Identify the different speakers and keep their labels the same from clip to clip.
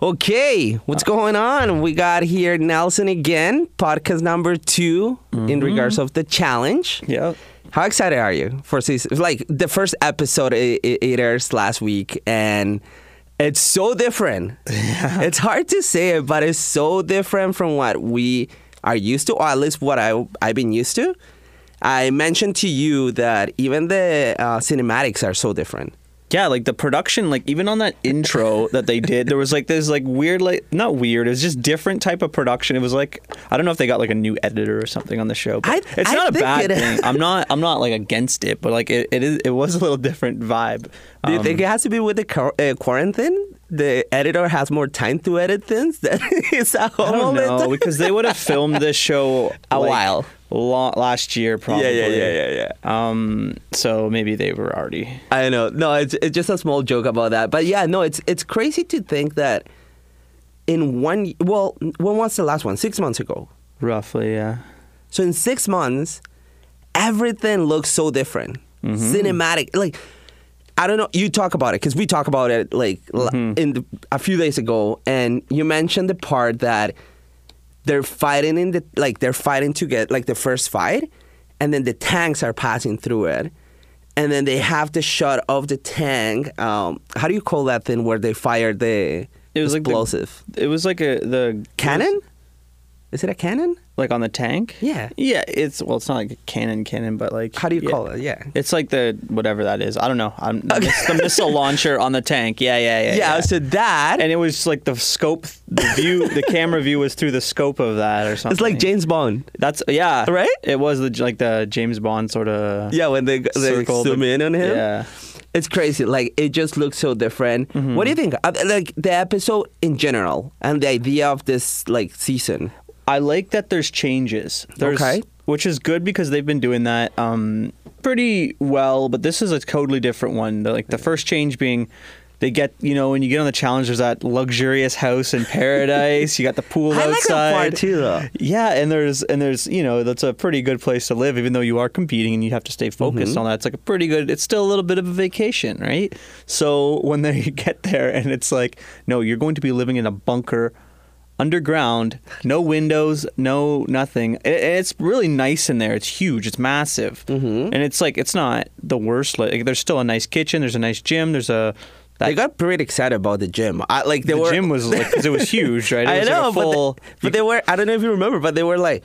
Speaker 1: Okay, what's going on? We got here Nelson again, podcast number 2 in regards of the challenge.
Speaker 2: Yeah.
Speaker 1: How excited are you for season? Like the first episode, it, it, it airs last week, and it's so different. It's hard to say it, but it's so different from what we are used to, or at least what I I've been used to. I mentioned to you that even the uh, cinematics are so different.
Speaker 2: Yeah, like the production, like even on that intro that they did, there was like this like weird, like not weird, it was just different type of production. It was like I don't know if they got like a new editor or something on the show, but
Speaker 1: I-
Speaker 2: it's
Speaker 1: I
Speaker 2: not a
Speaker 1: think
Speaker 2: bad
Speaker 1: it-
Speaker 2: thing. I'm not, I'm not like against it, but like it, it is, it was a little different vibe.
Speaker 1: Do you
Speaker 2: Um,
Speaker 1: think it has to be with the quar- uh, quarantine? The editor has more time to edit things than he's at home all
Speaker 2: I don't
Speaker 1: the
Speaker 2: know
Speaker 1: time?
Speaker 2: because they would have filmed this show
Speaker 1: A
Speaker 2: like,
Speaker 1: while.
Speaker 2: lo- last year probably.
Speaker 1: Yeah, yeah, yeah, yeah, yeah.
Speaker 2: Um, so maybe they were already.
Speaker 1: I know. No, it's, it's just a small joke about that. But yeah, no, it's it's crazy to think that in one well, when was the last one? Six months ago.
Speaker 2: Roughly, yeah.
Speaker 1: So in six months, everything looks so different.
Speaker 2: Mm-hmm.
Speaker 1: Cinematic, like I don't know. You talk about it because we talk about it like l
Speaker 2: Mm-hmm.
Speaker 1: in the, a few days ago, and you mentioned the part that they're fighting in the like they're fighting to get like the first fight, and then the tanks are passing through it, and then they have the shot of the tank. Um, how do you call that thing where they fire the
Speaker 2: It was like the-
Speaker 1: explosive
Speaker 2: It was like a the
Speaker 1: cannon? Is it a cannon?
Speaker 2: like on the tank.
Speaker 1: Yeah.
Speaker 2: Yeah, it's well, it's not like a cannon, cannon, but like
Speaker 1: How do you
Speaker 2: yeah.
Speaker 1: call it? Yeah.
Speaker 2: It's like the whatever that is. I don't know. I'm the miss- the missile launcher on the tank. Yeah, yeah, yeah.
Speaker 1: Yeah, so that
Speaker 2: and it was like the scope, the view, the camera view was through the scope of that or something.
Speaker 1: It's like James Bond.
Speaker 2: That's yeah,
Speaker 1: Right?
Speaker 2: It was the like the James Bond sort of
Speaker 1: Yeah, when they, they
Speaker 2: circle,
Speaker 1: zoom
Speaker 2: the-
Speaker 1: in on him.
Speaker 2: Yeah.
Speaker 1: It's crazy. Like, it just looks so different. What do you think? Uh, Like, the episode in general and the idea of this, like, season.
Speaker 2: I like that there's changes. There's,
Speaker 1: Okay.
Speaker 2: Which is good because they've been doing that um, pretty well, but this is a totally different one. The, like the first change being they get, you know, when you get on the challenge, there's that luxurious house in paradise. you got the pool
Speaker 1: I like that
Speaker 2: outside.
Speaker 1: part, too, though.
Speaker 2: Yeah, and there's and there's you know that's a pretty good place to live, even though you are competing and you have to stay
Speaker 1: Mm-hmm.
Speaker 2: focused on that. It's like a pretty good. It's still a little bit of a vacation, right? So when they get there and it's like, no, you're going to be living in a bunker, underground, no windows, no nothing. And and it's really nice in there. It's huge. It's massive, mm-hmm. and it's like it's not the worst. Like there's still a nice kitchen. There's a nice gym. There's a that
Speaker 1: I got pretty excited about the gym. I, like, they
Speaker 2: the
Speaker 1: were.
Speaker 2: gym was like 'cause it was huge, right? It
Speaker 1: I
Speaker 2: was like a
Speaker 1: know,
Speaker 2: full-
Speaker 1: but, they, but they were. I don't know if you remember, but they were like,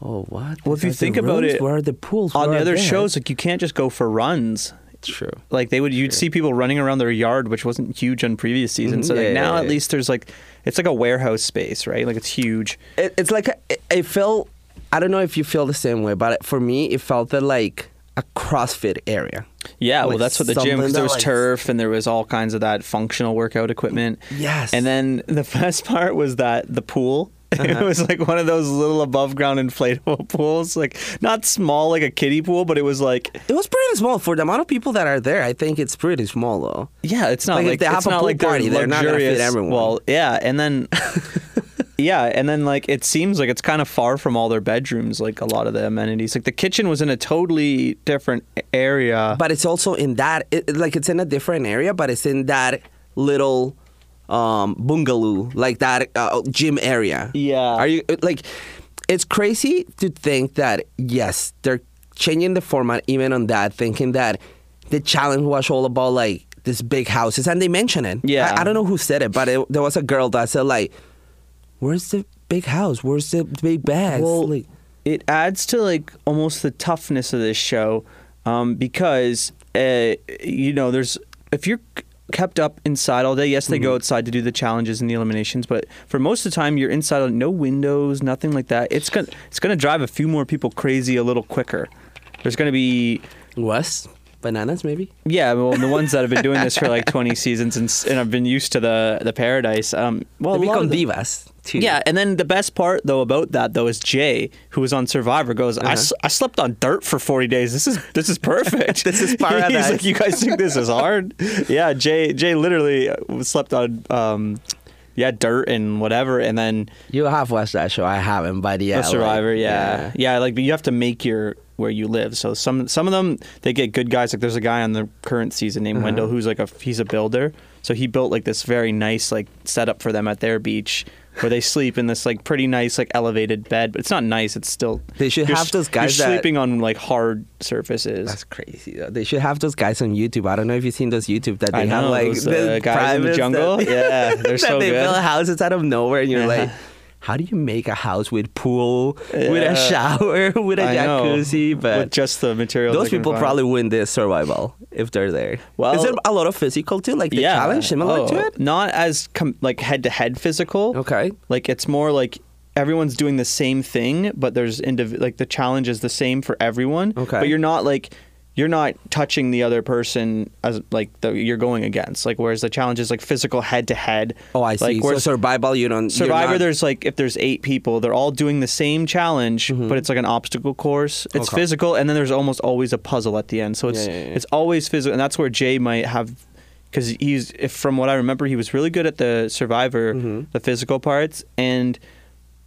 Speaker 1: oh, what?
Speaker 2: Well, if you
Speaker 1: These are the
Speaker 2: think about
Speaker 1: rooms?
Speaker 2: it,
Speaker 1: Where are the pools?
Speaker 2: on
Speaker 1: Where
Speaker 2: the
Speaker 1: are
Speaker 2: other
Speaker 1: this?
Speaker 2: shows, like you can't just go for runs.
Speaker 1: True.
Speaker 2: Like they would, you'd see people running around their yard, which wasn't huge on previous seasons. So
Speaker 1: Yeah,
Speaker 2: like
Speaker 1: yeah,
Speaker 2: now,
Speaker 1: yeah,
Speaker 2: at
Speaker 1: yeah.
Speaker 2: least there's like, it's like a warehouse space, right? Like it's huge.
Speaker 1: it, it's like a, it, it felt i don't know if you feel the same way but for me it felt that like a crossfit area
Speaker 2: Yeah, well,
Speaker 1: Like
Speaker 2: that's what the gym.
Speaker 1: something
Speaker 2: Cause there
Speaker 1: that,
Speaker 2: was
Speaker 1: like-
Speaker 2: turf, and there was all kinds of that functional workout equipment.
Speaker 1: Yes.
Speaker 2: And then the best part was that the pool. It was like one of those little above ground inflatable pools, like not small like a kiddie pool, but it was like
Speaker 1: it was pretty small for the amount of people that are there i think it's pretty small though
Speaker 2: Yeah, it's not
Speaker 1: Like,
Speaker 2: like,
Speaker 1: if they have
Speaker 2: it's
Speaker 1: a
Speaker 2: not
Speaker 1: pool
Speaker 2: like they're
Speaker 1: party, they're not gonna fit
Speaker 2: luxurious.
Speaker 1: everyone.
Speaker 2: Well, yeah, and then yeah, and then like it seems like it's kind of far from all their bedrooms. Like a lot of the amenities, like the kitchen was in a totally different area.
Speaker 1: but it's also in that it, it- like it's in a different area but it's in that little um bungalow like that uh, gym area
Speaker 2: Yeah.
Speaker 1: are you uh, like it's crazy to think that yes they're changing the format even on that thinking that the challenge was all about like these big houses and they mention it
Speaker 2: Yeah.
Speaker 1: i, I don't know who said it but it, there was a girl that said like where's the big house where's the big bags
Speaker 2: Well,
Speaker 1: like,
Speaker 2: it adds to like almost the toughness of this show um, because uh, you know there's if you're c- kept up inside all day yes they go outside to do the challenges and the eliminations but for most of the time you're inside no windows nothing like that it's gonna it's gonna drive a few more people crazy a little quicker there's gonna be
Speaker 1: was bananas maybe
Speaker 2: yeah, well, the ones that have been doing this for like 20 seasons and, s- and I've been used to the the paradise. Um, well,
Speaker 1: they
Speaker 2: a lot
Speaker 1: become
Speaker 2: of the-
Speaker 1: divas too
Speaker 2: yeah, and then the best part though about that though is Jay, who was on Survivor, goes,
Speaker 1: Uh-huh.
Speaker 2: I, s- I slept on dirt for forty days. This is this is perfect.
Speaker 1: This is
Speaker 2: He's
Speaker 1: paradise."
Speaker 2: like, you guys think this is hard? yeah, Jay Jay literally uh, slept on um, yeah dirt and whatever, and then
Speaker 1: You have watched that show. I haven't, but yeah,
Speaker 2: a
Speaker 1: like,
Speaker 2: Survivor. yeah. yeah, like you have to make your where you live. So some some of them they get good guys. Like there's a guy on the current season named Wendell
Speaker 1: Uh-huh.
Speaker 2: who's like a he's a builder. So he built like this very nice like setup for them at their beach where they sleep in this like pretty nice like elevated bed. But it's not nice. It's still
Speaker 1: They should
Speaker 2: you're
Speaker 1: have
Speaker 2: s-
Speaker 1: those guys
Speaker 2: you're
Speaker 1: that-
Speaker 2: sleeping on like hard surfaces.
Speaker 1: That's crazy. though. They should have those guys on YouTube. I don't know if you've seen those YouTube that they
Speaker 2: I
Speaker 1: have
Speaker 2: know,
Speaker 1: like
Speaker 2: those, uh,
Speaker 1: the
Speaker 2: guys in the
Speaker 1: privates
Speaker 2: jungle.
Speaker 1: That,
Speaker 2: yeah, they're
Speaker 1: that
Speaker 2: so
Speaker 1: they
Speaker 2: good.
Speaker 1: build houses out of nowhere, and you're like,
Speaker 2: Yeah.
Speaker 1: how do you make a house with pool, with
Speaker 2: Yeah.
Speaker 1: a shower, with a
Speaker 2: I know.
Speaker 1: jacuzzi? But
Speaker 2: With just the materials.
Speaker 1: those
Speaker 2: they can
Speaker 1: people
Speaker 2: find.
Speaker 1: probably win this survival if they're there.
Speaker 2: Well-
Speaker 1: is it a lot of physical too? Like the challenge similar
Speaker 2: Oh,
Speaker 1: to it?
Speaker 2: Not as com- like head to head physical.
Speaker 1: Okay.
Speaker 2: Like it's more like everyone's doing the same thing, but there's indiv- like the challenge is the same for everyone.
Speaker 1: Okay.
Speaker 2: But you're not like you're not touching the other person as like the you're going against. Like whereas the challenge is like physical head to head.
Speaker 1: Oh, I see.
Speaker 2: Like whereas
Speaker 1: so survival, you don't. you're
Speaker 2: Survivor,
Speaker 1: not-
Speaker 2: there's like if there's eight people, they're all doing the same challenge, but it's like an obstacle course. It's
Speaker 1: Mm-hmm. Okay.
Speaker 2: physical, and then there's almost always a puzzle at the end. So it's
Speaker 1: Yeah, yeah, yeah.
Speaker 2: it's always physical, and that's where Jay might have, because he's if from what I remember, he was really good at the Survivor,
Speaker 1: Mm-hmm.
Speaker 2: the physical parts, and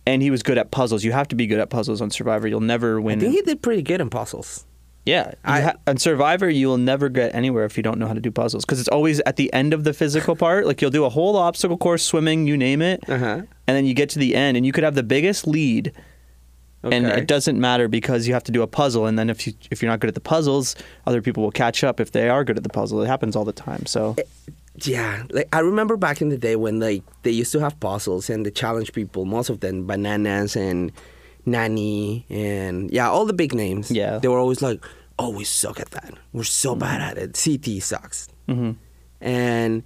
Speaker 2: and he was good at puzzles. You have to be good at puzzles on Survivor. You'll never win.
Speaker 1: I think he did pretty good in puzzles.
Speaker 2: Yeah, you
Speaker 1: I-
Speaker 2: ha- on Survivor, you will never get anywhere if you don't know how to do puzzles because it's always at the end of the physical part. Like you'll do a whole obstacle course, swimming, you name it,
Speaker 1: Uh-huh.
Speaker 2: and then you get to the end, and you could have the biggest lead, and
Speaker 1: Okay.
Speaker 2: it doesn't matter because you have to do a puzzle. And then if you if you're not good at the puzzles, other people will catch up if they are good at the puzzle. It happens all the time. So
Speaker 1: Yeah, like I remember back in the day when like they used to have puzzles and they challenge people, most of them bananas and nanny and yeah, all the big names.
Speaker 2: Yeah. Mm-hmm.
Speaker 1: they were always like, "Oh, we suck at that. We're so bad at it. CT sucks." Mm-hmm. And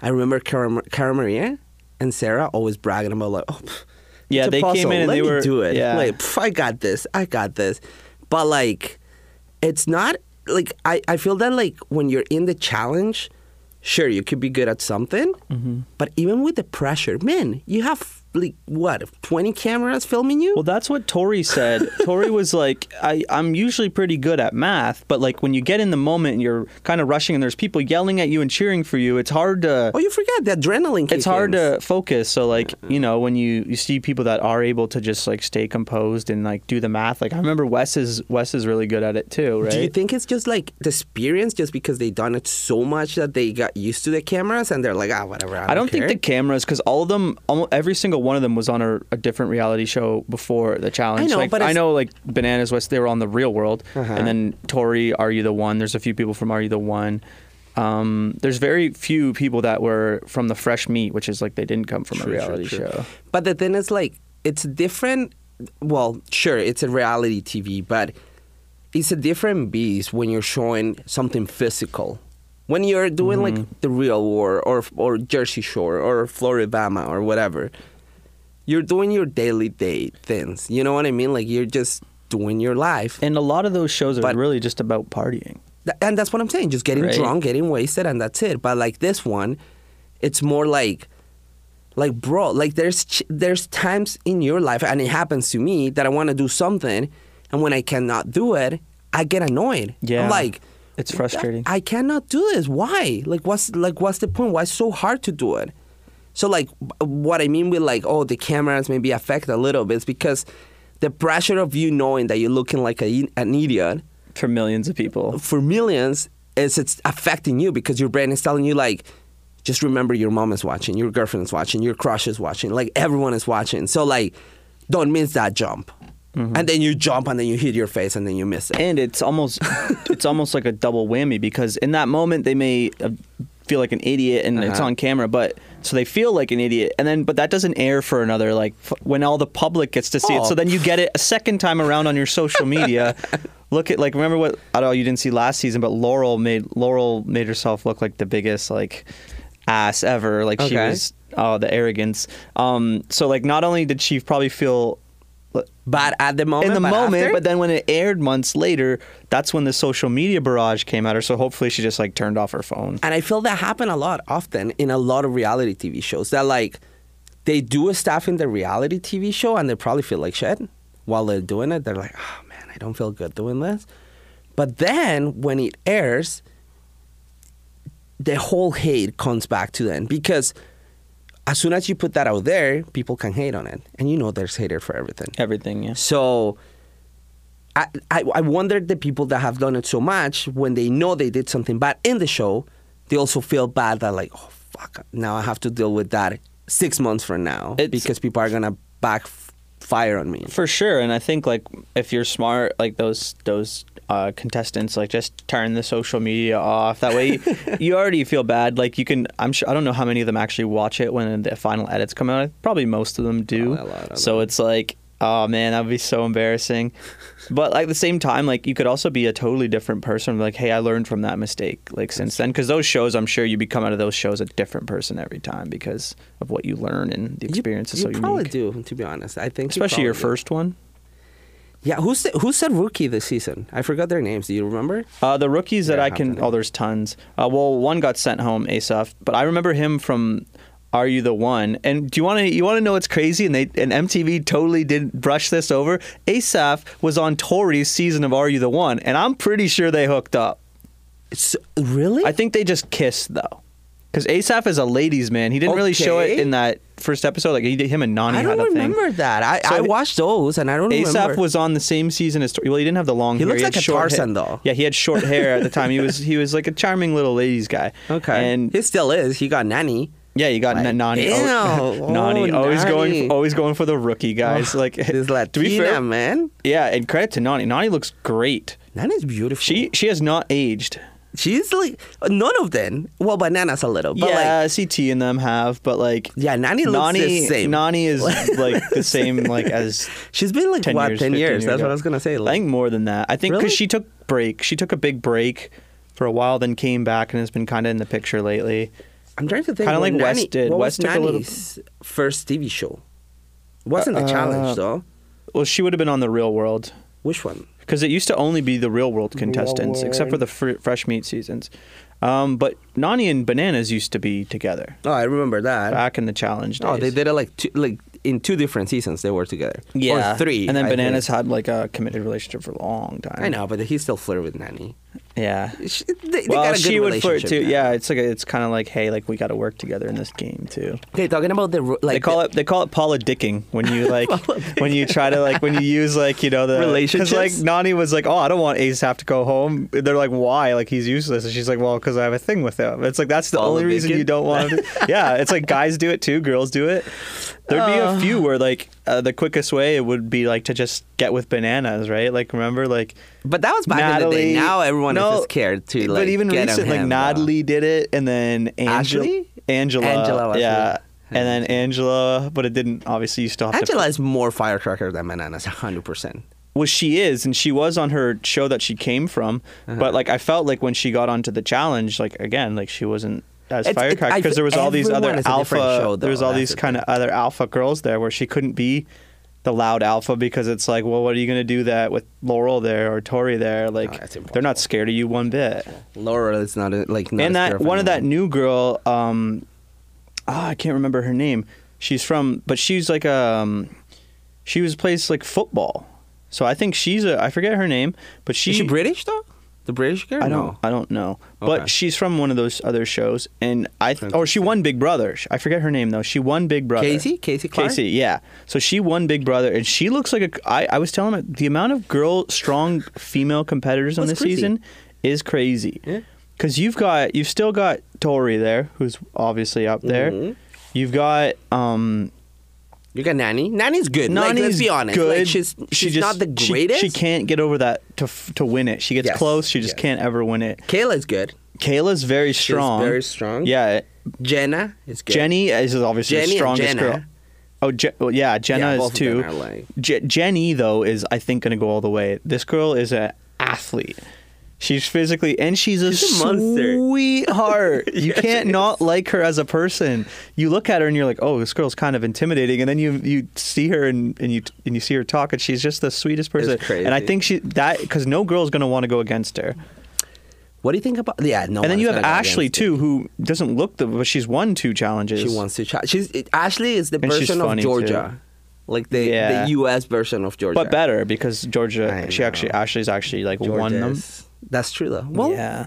Speaker 1: I remember Cara, Cara Maria and Sarah always bragging about like, "Oh, pff,
Speaker 2: Yeah,
Speaker 1: it's a
Speaker 2: they came
Speaker 1: puzzle.
Speaker 2: in and
Speaker 1: Let
Speaker 2: they
Speaker 1: me
Speaker 2: were-
Speaker 1: do it.
Speaker 2: yeah.
Speaker 1: Like, "Pff, I got this. I got this." But like, it's not like I, I feel that like when you're in the challenge, sure you could be good at something,
Speaker 2: Mm-hmm.
Speaker 1: but even with the pressure, man, you have like what twenty cameras filming you.
Speaker 2: Well, that's what Tori said. Tori was like, I, I'm usually pretty good at math, but like when you get in the moment and you're kind of rushing and there's people yelling at you and cheering for you, it's hard to.
Speaker 1: oh, you forget the adrenaline.
Speaker 2: it's
Speaker 1: kick
Speaker 2: hard
Speaker 1: ins.
Speaker 2: to focus so like you know when you you see people that are able to just like stay composed and like do the math like i remember wes is wes is really good at it too right
Speaker 1: Do you think it's just like the experience, just because they done it so much that they got used to the cameras and they're like, ah, whatever. I don't,
Speaker 2: I don't
Speaker 1: care.
Speaker 2: think the cameras, because all of them, almost every single one of them was on a, a different reality show before the challenge.
Speaker 1: I know,
Speaker 2: like,
Speaker 1: but
Speaker 2: I
Speaker 1: it's- Uh-huh.
Speaker 2: know, like Bananas West, they were on the Real World, and then Tori, Are You the One? There's a few people from Are You the One. Um, there's very few people that were from the Fresh Meat, which is like they didn't come from a
Speaker 1: True, true,
Speaker 2: reality
Speaker 1: true.
Speaker 2: show.
Speaker 1: But the thing is, like, it's different. Well, sure, it's a reality TV, but it's a different beast when you're showing something physical. When you're doing like the real war or or Jersey Shore or Floribama or whatever, you're doing your daily day things. You know what I mean? Like you're just doing your life,
Speaker 2: And a lot of those shows are
Speaker 1: But-
Speaker 2: really just about partying.
Speaker 1: Th- and that's what I'm saying. Just getting
Speaker 2: Right.
Speaker 1: drunk, getting wasted, and that's it. But like this one, it's more like, like bro, like there's ch- there's times in your life, and it happens to me that I want to do something, and when I cannot do it, I get annoyed.
Speaker 2: Yeah.
Speaker 1: I'm like
Speaker 2: It's frustrating.
Speaker 1: I cannot do this. Why? Like what's like what's the point? Why it's so hard to do it? So like w- what I mean with like oh the cameras maybe affect a little bit is because the pressure of you knowing that you're looking like a, an idiot
Speaker 2: for millions of people.
Speaker 1: for millions is it's affecting you because your brain is telling you like just remember your mom is watching your girlfriend is watching your crush is watching like everyone is watching so like don't miss that jump
Speaker 2: Mm-hmm.
Speaker 1: and then you jump and then you hit your face and then you miss it
Speaker 2: and it's almost it's almost like a double whammy because in that moment they may uh, feel like an idiot and it's
Speaker 1: Uh-huh.
Speaker 2: on camera but so they feel like an idiot and then but that doesn't air for another like f- when all the public gets to see it
Speaker 1: Oh.
Speaker 2: so then you get it a second time around on your social media look at like remember what I don't know you didn't see last season but Laurel made Laurel made herself look like the biggest like ass ever like she
Speaker 1: Okay.
Speaker 2: was oh the arrogance um so like not only did she probably feel
Speaker 1: but at the moment
Speaker 2: in the
Speaker 1: but
Speaker 2: moment,
Speaker 1: after-
Speaker 2: but then when it aired months later, that's when the social media barrage came at her. So hopefully she just like turned off her phone.
Speaker 1: and I feel that happen a lot often in a lot of reality TV shows that like they do stuff in the reality TV show and they probably feel like shit while they're doing it. They're like, oh man, I don't feel good doing this. But then when it airs, the whole hate comes back to them because as soon as you put that out there, people can hate on it. And you know there's haters for everything.
Speaker 2: Everything, yeah.
Speaker 1: So I, I, I wonder the people that have done it so much when they know they did something bad in the show, they also feel bad that like, oh fuck, now I have to deal with that six months from now
Speaker 2: It's-
Speaker 1: because people are gonna backfire on me.
Speaker 2: For sure, and I think like if you're smart, like those those uh, contestants, like just turn the social media off. That way, you, you already feel bad. Like you can, I'm sure. I don't know how many of them actually watch it when the final edits come out. Probably most of them do.
Speaker 1: Probably a lot of
Speaker 2: so it's like, oh man, that would be so embarrassing. But at the same time, like you could also be a totally different person. Like, hey, I learned from that mistake. Like since then, because those shows, I'm sure you become out of those shows a different person every time because of what you learn and the experience
Speaker 1: you,
Speaker 2: is so
Speaker 1: you probably
Speaker 2: unique.
Speaker 1: do, to be honest. I think you
Speaker 2: Especially your
Speaker 1: probably do.
Speaker 2: first one.
Speaker 1: Yeah, who said who said rookie this season? I forgot their names. Do you remember?
Speaker 2: Uh, the rookies that
Speaker 1: Yeah,
Speaker 2: I can,
Speaker 1: happening.
Speaker 2: oh, there's tons. Uh, well, one got sent home, Asaf, but I remember him from "Are You the One?" And do you want to you want to know what's crazy? And they and MTV totally did brush this over. Asaf was on Tori's season of "Are You the One," and I'm pretty sure they hooked up.
Speaker 1: S really?
Speaker 2: I think they just kissed though, because Asaf is a ladies' man. He didn't really show it
Speaker 1: Okay.
Speaker 2: in that first episode. Like he did him and Nani
Speaker 1: I
Speaker 2: had
Speaker 1: don't
Speaker 2: a thing.
Speaker 1: remember that. I,
Speaker 2: So
Speaker 1: I
Speaker 2: he-
Speaker 1: watched those and I don't remember.
Speaker 2: Asaf was on the same season as. Tor- Well, he didn't have the long.
Speaker 1: He
Speaker 2: hair.
Speaker 1: looks
Speaker 2: had
Speaker 1: like a
Speaker 2: short
Speaker 1: Tarzan,
Speaker 2: hair.
Speaker 1: though.
Speaker 2: Yeah, he had short hair at the time. He was he was like a charming little ladies guy.
Speaker 1: okay.
Speaker 2: and
Speaker 1: he still is. He got nanny.
Speaker 2: yeah, you got
Speaker 1: Like,
Speaker 2: N- Nani.
Speaker 1: ew,
Speaker 2: al-
Speaker 1: oh,
Speaker 2: Nani always going
Speaker 1: Nani. Oh,
Speaker 2: always going for the rookie guys. like
Speaker 1: This
Speaker 2: to be
Speaker 1: Latina
Speaker 2: fair,
Speaker 1: man.
Speaker 2: yeah. And credit to Nani. Nani looks great.
Speaker 1: Nana's beautiful.
Speaker 2: She she has not aged.
Speaker 1: she's like none of them. Well, bananas a little, but
Speaker 2: yeah,
Speaker 1: like
Speaker 2: CT and them have, but like
Speaker 1: yeah, Nani looks the same.
Speaker 2: Nani is like the same like as
Speaker 1: she's been like
Speaker 2: 10
Speaker 1: what
Speaker 2: years,
Speaker 1: ten
Speaker 2: 15
Speaker 1: years?
Speaker 2: years
Speaker 1: That's
Speaker 2: ago.
Speaker 1: what I was gonna say.
Speaker 2: I
Speaker 1: Like,
Speaker 2: think more than that. I think because
Speaker 1: Really?
Speaker 2: she took break, she took a big break for a while, then came back and has been kind of in the picture lately.
Speaker 1: I'm trying to think.
Speaker 2: kinda
Speaker 1: what
Speaker 2: like Wes
Speaker 1: Nani-
Speaker 2: did.
Speaker 1: What
Speaker 2: Wes
Speaker 1: was
Speaker 2: took a little-
Speaker 1: Nani's first TV show? Wasn't the
Speaker 2: Uh,
Speaker 1: challenge though?
Speaker 2: Well, she would have been on the Real World
Speaker 1: Which one?
Speaker 2: because it used to only be the Real World contestants, except for
Speaker 1: World.
Speaker 2: the fr- fresh meat seasons. Um, but Nani and Bananas used to be together
Speaker 1: Oh, I remember that.
Speaker 2: back in the challenge days.
Speaker 1: Oh, they did it like two, like in two different seasons. They were together.
Speaker 2: Yeah,
Speaker 1: or three.
Speaker 2: And then
Speaker 1: I think.
Speaker 2: Bananas had like a committed relationship for a long time.
Speaker 1: I know, but he still flirted with Nanny.
Speaker 2: Yeah.
Speaker 1: She, they, they
Speaker 2: well,
Speaker 1: got a good
Speaker 2: she would flirt
Speaker 1: relationship
Speaker 2: too.
Speaker 1: now.
Speaker 2: Yeah, it's like a, it's kind of like, hey, like we got to work together in this game too.
Speaker 1: Okay, talking about the ro- like
Speaker 2: They call it they call it Paula Dicking when you like when you try to like when you use like you know the
Speaker 1: Relationships?
Speaker 2: Because like Nani was like, oh, I don't want Asaf to go home. They're like, why? Like he's useless. And she's like, well, because I have a thing with him. It's like that's the
Speaker 1: Paula
Speaker 2: only reason
Speaker 1: Dicking?
Speaker 2: you don't want. him. yeah, it's like guys do it too, girls do it. There'd be a few where like uh, the quickest way it would be like to just get with bananas, right? Like remember like
Speaker 1: But that was back in the day. Now everyone
Speaker 2: No,
Speaker 1: is just scared to like
Speaker 2: but even
Speaker 1: get on
Speaker 2: recent, like
Speaker 1: him, though.
Speaker 2: Natalie did it, and then Angela,
Speaker 1: Ashley?
Speaker 2: Angela,
Speaker 1: Angela was
Speaker 2: yeah,
Speaker 1: it.
Speaker 2: and then Angela, but it didn't. Obviously, you still have
Speaker 1: Angela is more firecracker than bananas, hundred percent.
Speaker 2: to. Well, she is, and she was on her show that she came from,
Speaker 1: Uh-huh.
Speaker 2: but like I felt like when she got onto the challenge, like again, like she wasn't as
Speaker 1: It's- it-
Speaker 2: firecracker
Speaker 1: I
Speaker 2: because there was all these
Speaker 1: everyone
Speaker 2: other
Speaker 1: is a
Speaker 2: alpha,
Speaker 1: different show,
Speaker 2: there was
Speaker 1: though,
Speaker 2: all
Speaker 1: that's
Speaker 2: these
Speaker 1: the
Speaker 2: kind of other alpha girls there where she couldn't be. The loud alpha because it's like, well, what are you gonna do that with Laurel there or Tori there? Like,
Speaker 1: that's
Speaker 2: they're not scared of you one bit.
Speaker 1: Laura is not a, like not
Speaker 2: and
Speaker 1: a
Speaker 2: that
Speaker 1: scared
Speaker 2: one of that
Speaker 1: anyone.
Speaker 2: new girl um ah, i can't remember her name she's from but she's like um she was plays like football so i think she's a i forget her name but she,
Speaker 1: Is she British though? The British girl?
Speaker 2: i don't
Speaker 1: No.
Speaker 2: i don't know
Speaker 1: Okay.
Speaker 2: but she's from one of those other shows and i th- or she won big brother i forget her name though she won big brother
Speaker 1: Casey? Casey Clark?
Speaker 2: Casey, yeah. So she won Big Brother, and she looks like a. I, I was telling him the amount of girl strong female competitors on
Speaker 1: That's
Speaker 2: this
Speaker 1: crazy.
Speaker 2: season is crazy.
Speaker 1: Yeah.
Speaker 2: Because you've got you've still got Tori there, who's obviously up there.
Speaker 1: Mhm.
Speaker 2: You've got um,
Speaker 1: You got Nanny. Nanny's good.
Speaker 2: Nani's
Speaker 1: like, let's be honest.
Speaker 2: good.
Speaker 1: Like, she's she's
Speaker 2: she just,
Speaker 1: not the
Speaker 2: she-
Speaker 1: greatest.
Speaker 2: She, can't get over that to f- to win it. She gets
Speaker 1: Yes.
Speaker 2: close. She just
Speaker 1: Yes.
Speaker 2: can't ever win it.
Speaker 1: Kayla's good.
Speaker 2: Kayla's very strong.
Speaker 1: very strong.
Speaker 2: Yeah.
Speaker 1: Jenna is good.
Speaker 2: Jenny is obviously
Speaker 1: Jenny
Speaker 2: the
Speaker 1: and
Speaker 2: strongest
Speaker 1: Jenna.
Speaker 2: girl. Oh, Je- well, yeah, Jenna
Speaker 1: Yeah,
Speaker 2: is
Speaker 1: both of
Speaker 2: too.
Speaker 1: them are like-
Speaker 2: Je- Jenny though is I think going to go all the way. This girl is an athlete. She's physically and she's a,
Speaker 1: She's a monster.
Speaker 2: sweetheart. you can't not like her as a person. You look at her and you're like, "Oh, this girl's kind of intimidating." And then you you see her and, and you and you see her talk and she's just the sweetest person. And I
Speaker 1: crazy.
Speaker 2: think she that cuz no girl's going to want to go against her.
Speaker 1: What do you think about? Yeah, no.
Speaker 2: And then
Speaker 1: one's
Speaker 2: you have
Speaker 1: gonna go
Speaker 2: Ashley
Speaker 1: against
Speaker 2: too who doesn't look the but she's won two challenges.
Speaker 1: it. She wants to. Try. She's it- Ashley is the
Speaker 2: And she's
Speaker 1: version of
Speaker 2: funny,
Speaker 1: Georgia, like the
Speaker 2: Yeah.
Speaker 1: the U.S. version of Georgia.
Speaker 2: But better because Georgia
Speaker 1: I
Speaker 2: she actually
Speaker 1: know.
Speaker 2: Ashley's actually like
Speaker 1: Georgia
Speaker 2: won them.
Speaker 1: is- That's true though. Well,
Speaker 2: yeah.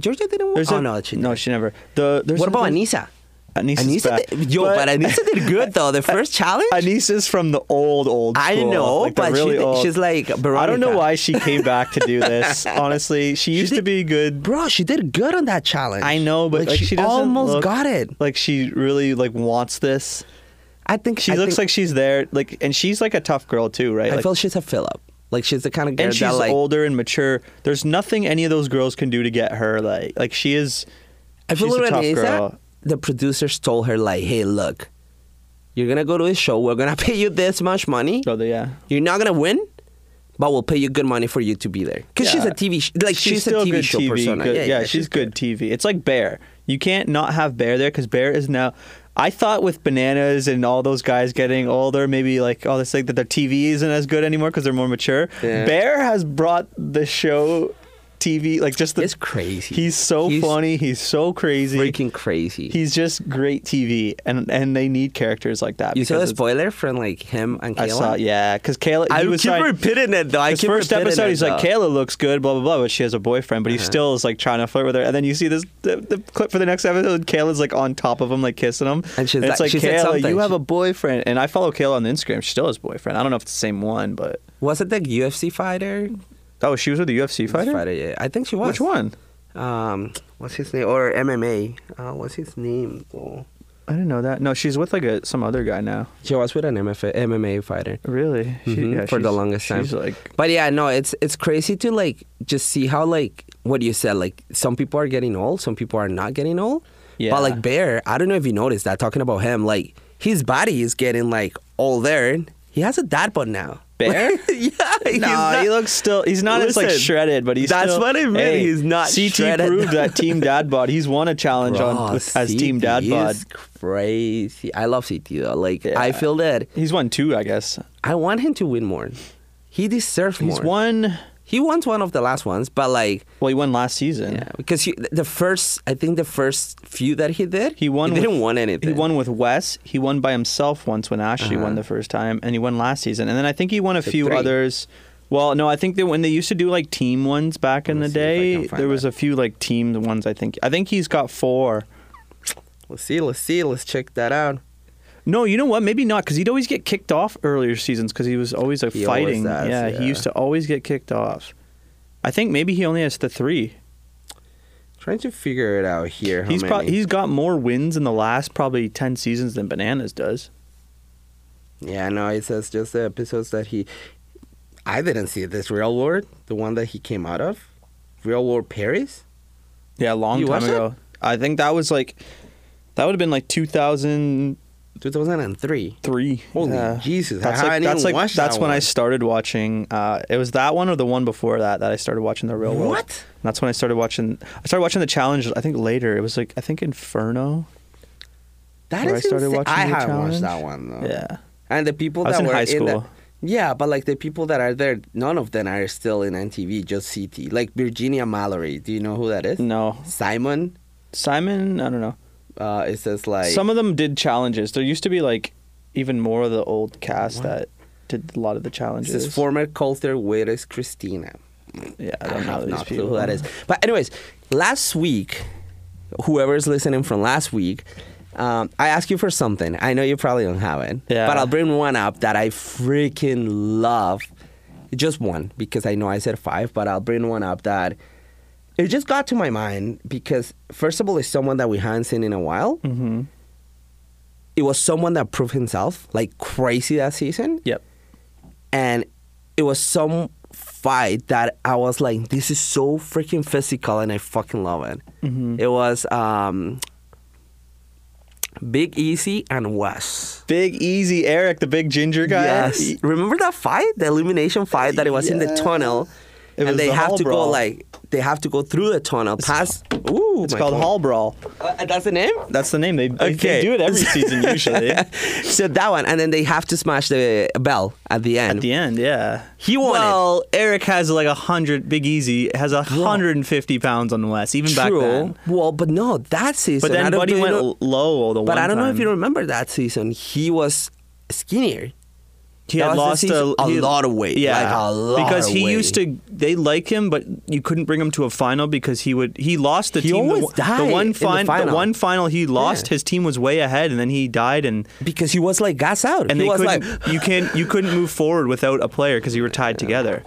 Speaker 1: Georgia didn't win.
Speaker 2: There's
Speaker 1: oh
Speaker 2: a-
Speaker 1: no, she
Speaker 2: no,
Speaker 1: didn't.
Speaker 2: she never. The there's
Speaker 1: what about
Speaker 2: something-
Speaker 1: Anissa?
Speaker 2: Anissa's
Speaker 1: Anissa,
Speaker 2: back.
Speaker 1: did, yo, but, Anissa did good though. The first challenge,
Speaker 2: Anissa's from the old old.
Speaker 1: I
Speaker 2: school.
Speaker 1: know,
Speaker 2: Like, they're
Speaker 1: but she
Speaker 2: really
Speaker 1: did-
Speaker 2: old.
Speaker 1: she's like
Speaker 2: I don't know
Speaker 1: Veronica.
Speaker 2: why she came back to do this. Honestly, she used to
Speaker 1: did-
Speaker 2: be good.
Speaker 1: bro, she did good on that challenge.
Speaker 2: I know, but
Speaker 1: Like,
Speaker 2: like, she, doesn't
Speaker 1: almost
Speaker 2: look
Speaker 1: got it.
Speaker 2: Like she really like wants this.
Speaker 1: I think
Speaker 2: She
Speaker 1: I
Speaker 2: looks
Speaker 1: think-
Speaker 2: like she's there. Like, and she's like a tough girl too, right?
Speaker 1: I
Speaker 2: Like,
Speaker 1: feel she's a Philip. Like she's the kind of girl
Speaker 2: and she's
Speaker 1: that like
Speaker 2: older and mature. There's nothing any of those girls can do to get her. Like, like she is.
Speaker 1: I feel
Speaker 2: she's a
Speaker 1: like
Speaker 2: tough
Speaker 1: Anissa,
Speaker 2: girl.
Speaker 1: the producers told her like, "Hey, look, you're gonna go to a show. We're gonna pay you this much money.
Speaker 2: Oh, yeah.
Speaker 1: You're not gonna win, but we'll pay you good money for you to be there. Cause she's
Speaker 2: Yeah.
Speaker 1: a TV, sh- like she's, a
Speaker 2: still
Speaker 1: TV
Speaker 2: good
Speaker 1: show persona.
Speaker 2: good-
Speaker 1: yeah,
Speaker 2: she's, good TV. It's like Bear. You can't not have Bear there because Bear is now. I thought with bananas and all those guys getting older, maybe like all this like that their TV isn't as good anymore because they're more mature.
Speaker 1: Yeah.
Speaker 2: Bear has brought the show TV like just the.
Speaker 1: It's crazy.
Speaker 2: He's so
Speaker 1: He's
Speaker 2: funny. He's so crazy.
Speaker 1: Freaking crazy.
Speaker 2: He's just great TV, and and they need characters like that.
Speaker 1: you
Speaker 2: because
Speaker 1: saw the
Speaker 2: it's-
Speaker 1: spoiler from like him and Kayla.
Speaker 2: I saw, yeah, because Kayla.
Speaker 1: I
Speaker 2: he
Speaker 1: keep
Speaker 2: was trying-
Speaker 1: repeating it though. I
Speaker 2: his
Speaker 1: keep
Speaker 2: first
Speaker 1: repeating
Speaker 2: episode,
Speaker 1: it,
Speaker 2: he's like,
Speaker 1: though.
Speaker 2: Kayla looks good, blah, blah, blah, but she has a boyfriend, but
Speaker 1: Uh-huh.
Speaker 2: he still is like trying to flirt with her. And then you see this the, the clip for the next episode, Kayla's like on top of him, like kissing him.
Speaker 1: And she's
Speaker 2: it's
Speaker 1: like-
Speaker 2: like,
Speaker 1: she said
Speaker 2: Kayla,
Speaker 1: something.
Speaker 2: you have
Speaker 1: She-
Speaker 2: a boyfriend. And I follow Kayla on Instagram. She still has a boyfriend. I don't know if it's the same one, but.
Speaker 1: Was it the UFC fighter?
Speaker 2: Oh, she was with a UFC fighter?
Speaker 1: yeah. I think she was.
Speaker 2: Which one?
Speaker 1: Um, what's his name? Or MMA? Uh, what's his name? though?
Speaker 2: I didn't know that. No, she's with like a some other guy now.
Speaker 1: She was with an MFA, MMA fighter.
Speaker 2: Really? She,
Speaker 1: Mhm,
Speaker 2: yeah,
Speaker 1: for the
Speaker 2: she's-
Speaker 1: longest time.
Speaker 2: She's like.
Speaker 1: But yeah, no, it's it's crazy to like just see how like what you said, like some people are getting old, some people are not getting old.
Speaker 2: Yeah.
Speaker 1: But like Bear, I don't know if you noticed that talking about him, like his body is getting like all there. He has a dad bod now.
Speaker 2: Bear?
Speaker 1: yeah. he's
Speaker 2: No,
Speaker 1: not-
Speaker 2: he looks still. He's not as like
Speaker 1: Listen,
Speaker 2: shredded, but he's
Speaker 1: that's
Speaker 2: still-
Speaker 1: what I meant,
Speaker 2: Hey,
Speaker 1: he's not
Speaker 2: CT
Speaker 1: shredded.
Speaker 2: proved that Team Dad Bod. He's won a challenge on
Speaker 1: Bro,
Speaker 2: with, as
Speaker 1: CT
Speaker 2: Team Dad Bod.
Speaker 1: is Crazy. I love CT though. Like I
Speaker 2: Yeah.
Speaker 1: feel that
Speaker 2: He's won two, I guess.
Speaker 1: I want him to win more. He deserves more.
Speaker 2: He's won.
Speaker 1: He wants one of the last ones, but like
Speaker 2: Well, he won last season.
Speaker 1: Yeah, because he, the first, I think the first few that he did,
Speaker 2: He won.
Speaker 1: He
Speaker 2: with,
Speaker 1: didn't want anything.
Speaker 2: He won with Wes. He won by himself once when Ashley won the first time, and he won last season. And then I think he won a few
Speaker 1: Uh-huh. three.
Speaker 2: others. Well, no, I think that when they used to do like team ones back in the
Speaker 1: Let's see if I
Speaker 2: day,
Speaker 1: can find
Speaker 2: there was
Speaker 1: that.
Speaker 2: a few like team ones. I think. I think he's got four.
Speaker 1: Let's see. Let's see. Let's check that out.
Speaker 2: No, you know what? Maybe not, because he'd always get kicked off earlier seasons because he was always like
Speaker 1: He always
Speaker 2: fighting.
Speaker 1: does,
Speaker 2: yeah, he
Speaker 1: yeah.
Speaker 2: used to always get kicked off. I think maybe he only has the three.
Speaker 1: Trying to figure it out here. how
Speaker 2: he's pro-
Speaker 1: many.
Speaker 2: he's got more wins in the last probably ten seasons than Bananas does.
Speaker 1: yeah, no, it says just the episodes that he. I didn't see this real world, the one that he came out of, real world Paris.
Speaker 2: Yeah, a long
Speaker 1: You
Speaker 2: time
Speaker 1: watched
Speaker 2: ago. I think that was like that would have been like two thousand
Speaker 1: 2003.
Speaker 2: three.
Speaker 1: Holy Jesus,
Speaker 2: That's
Speaker 1: I
Speaker 2: like,
Speaker 1: hadn't
Speaker 2: that's,
Speaker 1: even
Speaker 2: like,
Speaker 1: watched
Speaker 2: that's
Speaker 1: that
Speaker 2: when I
Speaker 1: one.
Speaker 2: started watching. Uh, it was that one or the one before that that I started watching the real world.
Speaker 1: What?
Speaker 2: And that's when I started watching. I started watching the challenge. I think later it was like I think Inferno.
Speaker 1: That
Speaker 2: Where
Speaker 1: is
Speaker 2: I started
Speaker 1: insane.
Speaker 2: watching
Speaker 1: I
Speaker 2: the
Speaker 1: haven't watched
Speaker 2: challenge.
Speaker 1: that one though.
Speaker 2: Yeah.
Speaker 1: And the people
Speaker 2: I was
Speaker 1: that
Speaker 2: in
Speaker 1: were
Speaker 2: high
Speaker 1: the,
Speaker 2: school.
Speaker 1: yeah, but like the people that are there, none of them are still in NTV, just CT. Like Virginia Mallory. Do you know who that is?
Speaker 2: No,
Speaker 1: Simon.
Speaker 2: Simon. I don't know.
Speaker 1: Uh, it says like
Speaker 2: Some of them did challenges. There used to be like even more of the old cast that did a lot of the
Speaker 1: This
Speaker 2: challenges.
Speaker 1: is former culture waitress Christina.
Speaker 2: yeah, I
Speaker 1: I,
Speaker 2: don't know
Speaker 1: have
Speaker 2: these
Speaker 1: no clue
Speaker 2: people.
Speaker 1: who that is. But anyways, last week, whoever's listening from last week, um, I asked you for something. I know you probably don't have it,
Speaker 2: Yeah.
Speaker 1: but I'll bring one up that I freaking love. Just one because I know I said five, but I'll bring one up that it just got to my mind because first of all, it's someone that we haven't seen in a while.
Speaker 2: Mhm.
Speaker 1: It was someone that proved himself like crazy that season
Speaker 2: Yep.
Speaker 1: and it was some fight that I was like, this is so freaking physical, and I fucking love it.
Speaker 2: Mm-hmm.
Speaker 1: It was um, Big Easy and Wes.
Speaker 2: Big Easy Eric, the big ginger guy.
Speaker 1: Yes, remember that fight, the elimination fight that it was in the
Speaker 2: Yeah.
Speaker 1: tunnel,
Speaker 2: It was
Speaker 1: and they
Speaker 2: the
Speaker 1: have
Speaker 2: hall
Speaker 1: to
Speaker 2: brawl.
Speaker 1: go like they have to go through the tunnel, past. Ooh,
Speaker 2: It's
Speaker 1: Oh my
Speaker 2: called
Speaker 1: God.
Speaker 2: Hall Brawl.
Speaker 1: Uh, that's the name.
Speaker 2: That's the name. They, they, they
Speaker 1: Okay.
Speaker 2: do it every season usually. At
Speaker 1: So that one, and then they have to smash the bell at the end.
Speaker 2: the end, yeah.
Speaker 1: He won it.
Speaker 2: Well, Eric has like a hundred. Big Easy has a hundred and fifty pounds on Wes, even back
Speaker 1: True.
Speaker 2: then.
Speaker 1: Well, but no, that season.
Speaker 2: But
Speaker 1: I
Speaker 2: then
Speaker 1: don't
Speaker 2: Buddy
Speaker 1: know-
Speaker 2: went low the one
Speaker 1: But I don't know if
Speaker 2: time.
Speaker 1: you remember that season. He was skinnier. He
Speaker 2: had
Speaker 1: lost
Speaker 2: lost
Speaker 1: this season? a
Speaker 2: he-
Speaker 1: lot of weight,
Speaker 2: Yeah,
Speaker 1: like a lot
Speaker 2: because he
Speaker 1: of weight.
Speaker 2: used to. They like him, but you couldn't bring him to a final because he would. He lost the
Speaker 1: He
Speaker 2: team.
Speaker 1: always
Speaker 2: the, one-
Speaker 1: died
Speaker 2: the
Speaker 1: in
Speaker 2: one
Speaker 1: the
Speaker 2: final.
Speaker 1: final.
Speaker 2: one final he lost.
Speaker 1: Yeah.
Speaker 2: His team was way ahead, and then he died, and
Speaker 1: because he was like gas out.
Speaker 2: and
Speaker 1: he
Speaker 2: they
Speaker 1: was like
Speaker 2: couldn't. you can't. You couldn't move forward without a player because you were tied together.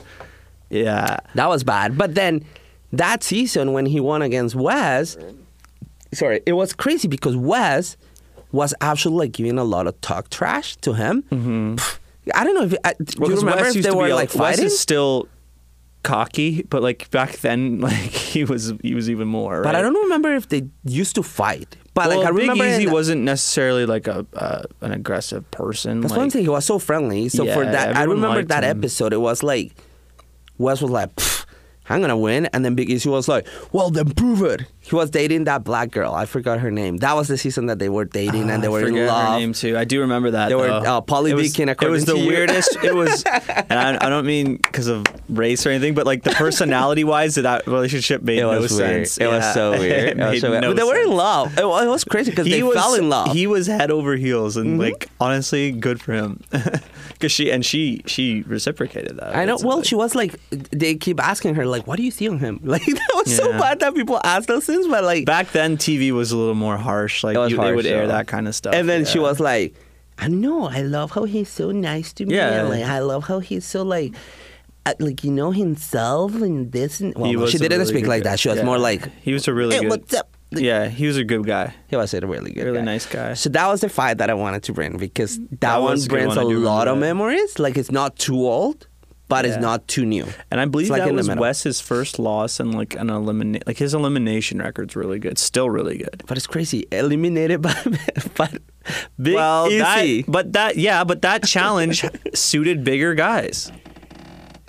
Speaker 2: Yeah.
Speaker 1: that was bad. But then that season when he won against Wes, sorry, it was crazy because Wes was actually like giving a lot of talk trash to him. Pff, I don't know if I, do you
Speaker 2: Mm-hmm. 'cause
Speaker 1: remember
Speaker 2: Wes
Speaker 1: if
Speaker 2: used
Speaker 1: they
Speaker 2: to be
Speaker 1: were
Speaker 2: a-
Speaker 1: like
Speaker 2: Wes
Speaker 1: fighting.
Speaker 2: is still cocky, but like back then, like he was. He was even more.
Speaker 1: But I
Speaker 2: right?
Speaker 1: don't remember if they used to fight. But
Speaker 2: well,
Speaker 1: like I remember
Speaker 2: Big Easy
Speaker 1: in-
Speaker 2: wasn't necessarily like a uh, an aggressive person.
Speaker 1: That's what I'm
Speaker 2: like-
Speaker 1: saying. He was so friendly. So for
Speaker 2: Yeah,
Speaker 1: that, I
Speaker 2: everyone
Speaker 1: remember
Speaker 2: liked
Speaker 1: that
Speaker 2: him.
Speaker 1: episode. It was like Wes was like, "Pff, "I'm gonna win," and then Big Easy was like, "Well, then prove it." He was dating that black girl. I forgot her name. That was the season that they were dating and they
Speaker 2: Oh, Ah, I
Speaker 1: were in
Speaker 2: forget Her
Speaker 1: love.
Speaker 2: name too. I do remember that.
Speaker 1: They were,
Speaker 2: though.
Speaker 1: uh, Polly
Speaker 2: It was-
Speaker 1: Beacon,
Speaker 2: It was
Speaker 1: according
Speaker 2: the
Speaker 1: to you.
Speaker 2: weirdest. It was, and I, I don't mean because of race or anything, but like the personality wise, that relationship made
Speaker 1: It
Speaker 2: no
Speaker 1: was weird.
Speaker 2: sense.
Speaker 1: It was
Speaker 2: Yeah.
Speaker 1: so weird. It
Speaker 2: it
Speaker 1: was
Speaker 2: made
Speaker 1: so weird.
Speaker 2: no
Speaker 1: but they were in
Speaker 2: sense.
Speaker 1: love. It wa- it was crazy because they
Speaker 2: was,
Speaker 1: fell in love. Mm-hmm.
Speaker 2: He was head over heels, and like honestly, good for him. Because she and she she reciprocated that.
Speaker 1: I know. Well,
Speaker 2: basically.
Speaker 1: she was like, they keep asking her, like, what do you see on him? Like, that was so
Speaker 2: Yeah.
Speaker 1: bad that people asked those things, but like,
Speaker 2: back then TV was a little more harsh. Like
Speaker 1: It was
Speaker 2: you, they
Speaker 1: harsh,
Speaker 2: would air
Speaker 1: though.
Speaker 2: that kind of stuff.
Speaker 1: And then she
Speaker 2: yeah.
Speaker 1: was like, I know, I love how he's so nice to me.
Speaker 2: Yeah.
Speaker 1: And like, I love how he's so like, uh, like you know himself and this and well,
Speaker 2: He
Speaker 1: no,
Speaker 2: was
Speaker 1: she
Speaker 2: a
Speaker 1: didn't
Speaker 2: really
Speaker 1: speak
Speaker 2: good
Speaker 1: like
Speaker 2: guy.
Speaker 1: that. She was
Speaker 2: Yeah.
Speaker 1: more like,
Speaker 2: he was a really
Speaker 1: "Hey,
Speaker 2: good.
Speaker 1: what's up?" Like,
Speaker 2: Yeah, he was a good guy.
Speaker 1: He was a really good,
Speaker 2: Really
Speaker 1: guy.
Speaker 2: nice guy.
Speaker 1: So that was the fight that I wanted to bring because that,
Speaker 2: That
Speaker 1: one
Speaker 2: was a good
Speaker 1: brings
Speaker 2: one. I
Speaker 1: a
Speaker 2: do remember
Speaker 1: lot of
Speaker 2: that.
Speaker 1: memories. Like it's not too old, but it's
Speaker 2: Yeah.
Speaker 1: not too new.
Speaker 2: And I
Speaker 1: It's
Speaker 2: believe
Speaker 1: like
Speaker 2: that
Speaker 1: in the
Speaker 2: was
Speaker 1: middle.
Speaker 2: Wes's first loss and like an elimination. Like his elimination record's really good, still really good.
Speaker 1: But it's crazy. Eliminated by, but big
Speaker 2: well,
Speaker 1: easy.
Speaker 2: that but that yeah, but that challenge suited bigger guys.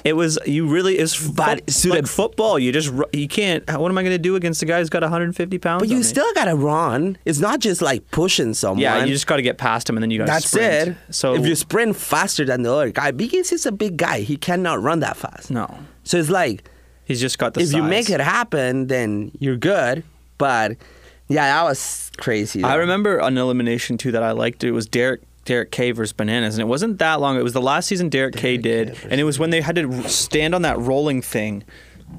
Speaker 2: It was you really is
Speaker 1: But it suited-
Speaker 2: like football. You just ru- you can't. What am I going to do against a guy who's got 150 pounds?
Speaker 1: but you
Speaker 2: on me?
Speaker 1: still gotta run. It's not just like pushing someone.
Speaker 2: yeah, you just got to get past him and then you got
Speaker 1: That's
Speaker 2: sprint.
Speaker 1: it.
Speaker 2: So
Speaker 1: if you sprint faster than the other guy, because he's a big guy, he cannot run that fast.
Speaker 2: no,
Speaker 1: So it's like
Speaker 2: he's just got the.
Speaker 1: if you
Speaker 2: size.
Speaker 1: make it happen, then you're good. But yeah, that was crazy.
Speaker 2: I
Speaker 1: though.
Speaker 2: remember an elimination too that I liked. It was Derek Derek Kay versus Bananas, and it wasn't that long. It was the last season Derek, Kay did, and it was when they had to r- stand on that rolling thing,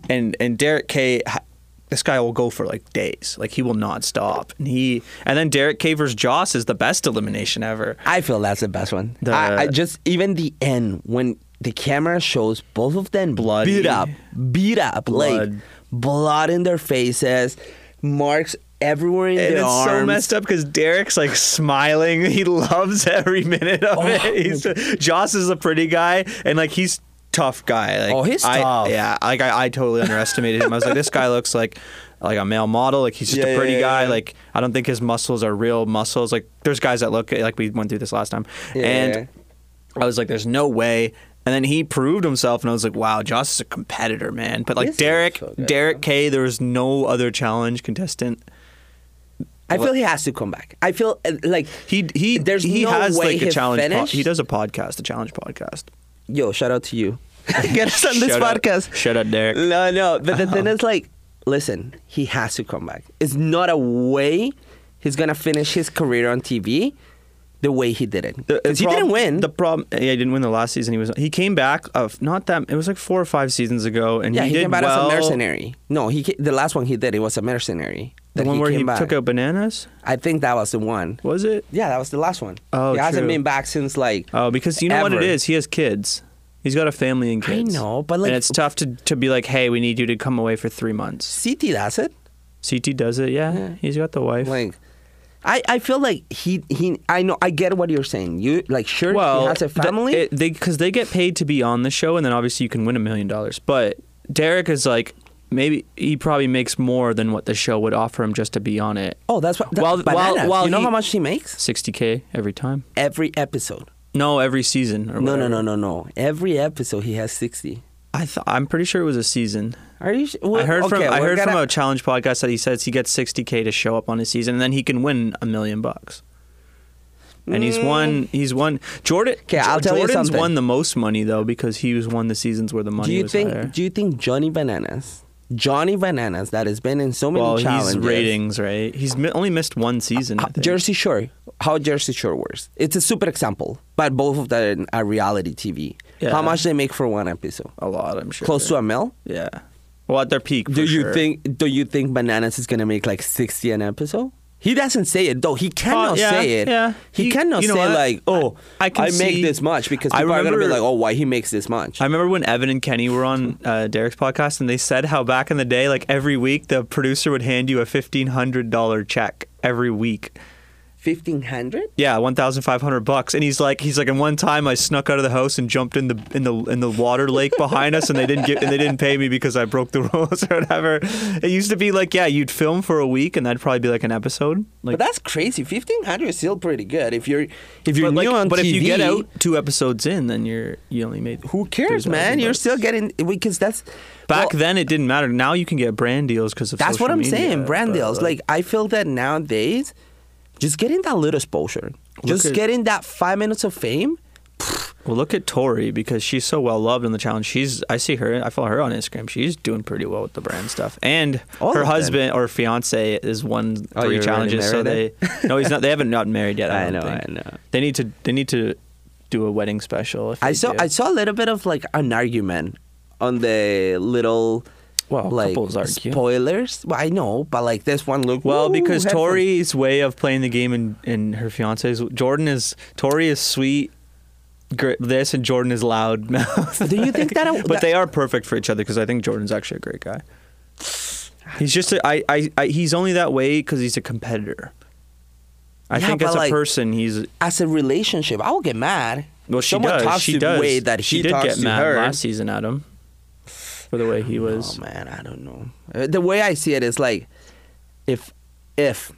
Speaker 2: and and Derek Kay. ha- This guy will go for like days. Like he will not stop. And he and then Derek Kay versus Joss is the best elimination ever.
Speaker 1: I feel that's the best one.
Speaker 2: The-
Speaker 1: I, I just even the end when the camera shows both of them
Speaker 2: Bloody.
Speaker 1: beat up, beat up, like
Speaker 2: Blood.
Speaker 1: blood in their faces, marks everywhere in
Speaker 2: And
Speaker 1: their
Speaker 2: it's
Speaker 1: arms.
Speaker 2: so messed up because Derek's like smiling. He loves every minute of
Speaker 1: Oh.
Speaker 2: it. He's, Joss is a pretty guy, and like he's tough guy. Like,
Speaker 1: Oh, he's
Speaker 2: I-
Speaker 1: tough.
Speaker 2: Yeah, like I, I totally underestimated him. I was like, this guy looks like like a male model. Like he's just
Speaker 1: Yeah,
Speaker 2: a
Speaker 1: yeah,
Speaker 2: pretty
Speaker 1: yeah,
Speaker 2: guy.
Speaker 1: yeah.
Speaker 2: Like I don't think his muscles are real muscles. Like there's guys that look like we went through this last time,
Speaker 1: Yeah,
Speaker 2: and
Speaker 1: yeah,
Speaker 2: I was like, there's no way. And then he proved himself, and I was like, "Wow, Joss is a competitor, man." But like
Speaker 1: Yes, he is
Speaker 2: Derek,
Speaker 1: so good,
Speaker 2: Derek K, there was no other challenge contestant.
Speaker 1: I feel he has to come back. I feel uh, like
Speaker 2: He he
Speaker 1: There's
Speaker 2: he
Speaker 1: no
Speaker 2: has
Speaker 1: way
Speaker 2: like a
Speaker 1: he
Speaker 2: challenge. po-
Speaker 1: finished.
Speaker 2: he does a podcast, a challenge podcast.
Speaker 1: yo, shout out to you. Get us on this
Speaker 2: Shout out-
Speaker 1: podcast.
Speaker 2: shout out Derek.
Speaker 1: No, no. But the thing is, like, listen, he has to come back. It's not a way he's gonna finish his career on TV the way he did it. 'Cause he
Speaker 2: prob-
Speaker 1: didn't win.
Speaker 2: The problem, yeah, he didn't win the last season. He was he came back of not that it was like four or five seasons ago, and
Speaker 1: yeah,
Speaker 2: he,
Speaker 1: he,
Speaker 2: did
Speaker 1: came back
Speaker 2: well.
Speaker 1: as a mercenary. No, he ca- the last one he did, it was a mercenary.
Speaker 2: The
Speaker 1: that
Speaker 2: one where
Speaker 1: came
Speaker 2: he
Speaker 1: back.
Speaker 2: took out bananas
Speaker 1: I think that was the one.
Speaker 2: was it?
Speaker 1: Yeah, that was the last one.
Speaker 2: Oh,
Speaker 1: he hasn't
Speaker 2: true.
Speaker 1: been back since like.
Speaker 2: Oh, because you know what it
Speaker 1: Ever.
Speaker 2: is. He has kids. He's got a family and
Speaker 1: I
Speaker 2: kids.
Speaker 1: know, but, like-
Speaker 2: and it's tough to to be like, hey, we need you to come away for three months.
Speaker 1: CT, that's it.
Speaker 2: CT does it. Yeah, he's got the wife.
Speaker 1: Like, I, I feel like he he I know I get what you're saying. You like sure he has a
Speaker 2: the-
Speaker 1: family.
Speaker 2: it- they because they get paid to be on the show, and then obviously you can win a million dollars. But Derek is like maybe he probably makes more than what the show would offer him just to be on it.
Speaker 1: oh, that's what. That,
Speaker 2: While-
Speaker 1: well,
Speaker 2: while- while
Speaker 1: you know
Speaker 2: he-
Speaker 1: how much he makes
Speaker 2: Sixty k every time.
Speaker 1: every episode.
Speaker 2: No, every season. Or
Speaker 1: No, no,
Speaker 2: whatever.
Speaker 1: no, no, no. Every episode he has sixty.
Speaker 2: I th- I'm pretty sure it was a season.
Speaker 1: Are you? su- well,
Speaker 2: I heard
Speaker 1: okay,
Speaker 2: from I
Speaker 1: we're
Speaker 2: heard from
Speaker 1: gonna-
Speaker 2: a challenge podcast that he says he gets 60k to show up on his season, and then he can win a million bucks. And he's won. He's won. Jordan.
Speaker 1: 'Kay, Mm. I'll tell you
Speaker 2: Jordan's
Speaker 1: something.
Speaker 2: won the most money though because he was one the seasons where the money
Speaker 1: Do you
Speaker 2: was
Speaker 1: think?
Speaker 2: higher.
Speaker 1: Do you think Johnny Bananas Johnny Bananas that has been in so many
Speaker 2: well,
Speaker 1: challenges.
Speaker 2: he's ratings, right? He's mi- only missed one season. I
Speaker 1: How-
Speaker 2: think.
Speaker 1: Jersey Shore, how Jersey Shore works. It's a super example, but both of them are reality TV.
Speaker 2: Yeah.
Speaker 1: How much they make for one episode?
Speaker 2: a lot, I'm sure.
Speaker 1: Close to a mil.
Speaker 2: yeah. Well, at their peak.
Speaker 1: Do
Speaker 2: for
Speaker 1: you
Speaker 2: sure.
Speaker 1: think? Do you think Bananas is gonna make like sixty an episode? He doesn't say it though. He cannot
Speaker 2: Uh, yeah,
Speaker 1: say it.
Speaker 2: yeah.
Speaker 1: He,
Speaker 2: He-
Speaker 1: cannot
Speaker 2: you know
Speaker 1: say
Speaker 2: what?
Speaker 1: like, "Oh, I,
Speaker 2: I- I can
Speaker 1: make
Speaker 2: see-
Speaker 1: this much," because
Speaker 2: I
Speaker 1: people are gonna be
Speaker 2: remember-
Speaker 1: like, "Oh, why he makes this much?"
Speaker 2: I remember when Evan and Kenny were on uh, Derek's podcast, and they said how back in the day, like every week, the producer would hand you a fifteen hundred dollar check every week.
Speaker 1: Fifteen hundred.
Speaker 2: Yeah, one thousand five hundred bucks, and he's like, he's like, and one time I snuck out of the house and jumped in the in the in the water lake behind us, and they didn't get and they didn't pay me because I broke the rules or whatever. It used to be like, yeah, you'd film for a week, and that'd probably be like an episode. Like,
Speaker 1: But that's crazy. Fifteen hundred is still pretty good if you're if you're
Speaker 2: but,
Speaker 1: new
Speaker 2: like-
Speaker 1: on
Speaker 2: but
Speaker 1: TV.
Speaker 2: if you get out two episodes in, then you're you only made
Speaker 1: who cares,
Speaker 2: 3,000
Speaker 1: man? You're
Speaker 2: bucks.
Speaker 1: still getting because that's
Speaker 2: Back
Speaker 1: well,
Speaker 2: then, it didn't matter. Now you can get brand deals because of
Speaker 1: That's what
Speaker 2: social
Speaker 1: I'm
Speaker 2: media,
Speaker 1: saying, brand
Speaker 2: but,
Speaker 1: deals. Like I feel that nowadays, just getting that little exposure, just
Speaker 2: at-
Speaker 1: getting that five minutes of fame.
Speaker 2: well, look at Tori because she's so well loved on the challenge. She's I see her. I follow her on Instagram. She's doing pretty well with the brand stuff. And
Speaker 1: All
Speaker 2: her
Speaker 1: of them.
Speaker 2: husband or fiance is one
Speaker 1: Oh,
Speaker 2: three
Speaker 1: you're already
Speaker 2: challenges. So they
Speaker 1: married
Speaker 2: no, he's not. They haven't not married yet. I,
Speaker 1: I
Speaker 2: don't
Speaker 1: know,
Speaker 2: think.
Speaker 1: I know.
Speaker 2: They need to. They need to do a wedding special. If
Speaker 1: I
Speaker 2: they
Speaker 1: saw
Speaker 2: do.
Speaker 1: I saw a little bit of like an argument on the little
Speaker 2: Well,
Speaker 1: like
Speaker 2: couples argue.
Speaker 1: spoilers. Well, I know, but like this one looked
Speaker 2: Well,
Speaker 1: "Woo,
Speaker 2: because
Speaker 1: headphones."
Speaker 2: Tori's way of playing the game and, and her fiance's Jordan is Tori is sweet, gr- this and Jordan is loud mouth.
Speaker 1: Do you think that?
Speaker 2: but they are perfect for each other because I think Jordan's actually a great guy. He's just a, I, I, I he's only that way because he's a competitor. I
Speaker 1: Yeah,
Speaker 2: think
Speaker 1: but
Speaker 2: as a
Speaker 1: like-
Speaker 2: person, he's
Speaker 1: as a relationship, I will get mad.
Speaker 2: well. She
Speaker 1: Someone
Speaker 2: does.
Speaker 1: talks
Speaker 2: she
Speaker 1: to
Speaker 2: does.
Speaker 1: the way that
Speaker 2: she
Speaker 1: he
Speaker 2: did
Speaker 1: talks
Speaker 2: get
Speaker 1: to
Speaker 2: mad
Speaker 1: her.
Speaker 2: last season at him for the way he was.
Speaker 1: Oh man, I don't know. Uh, The way I see it is like, if if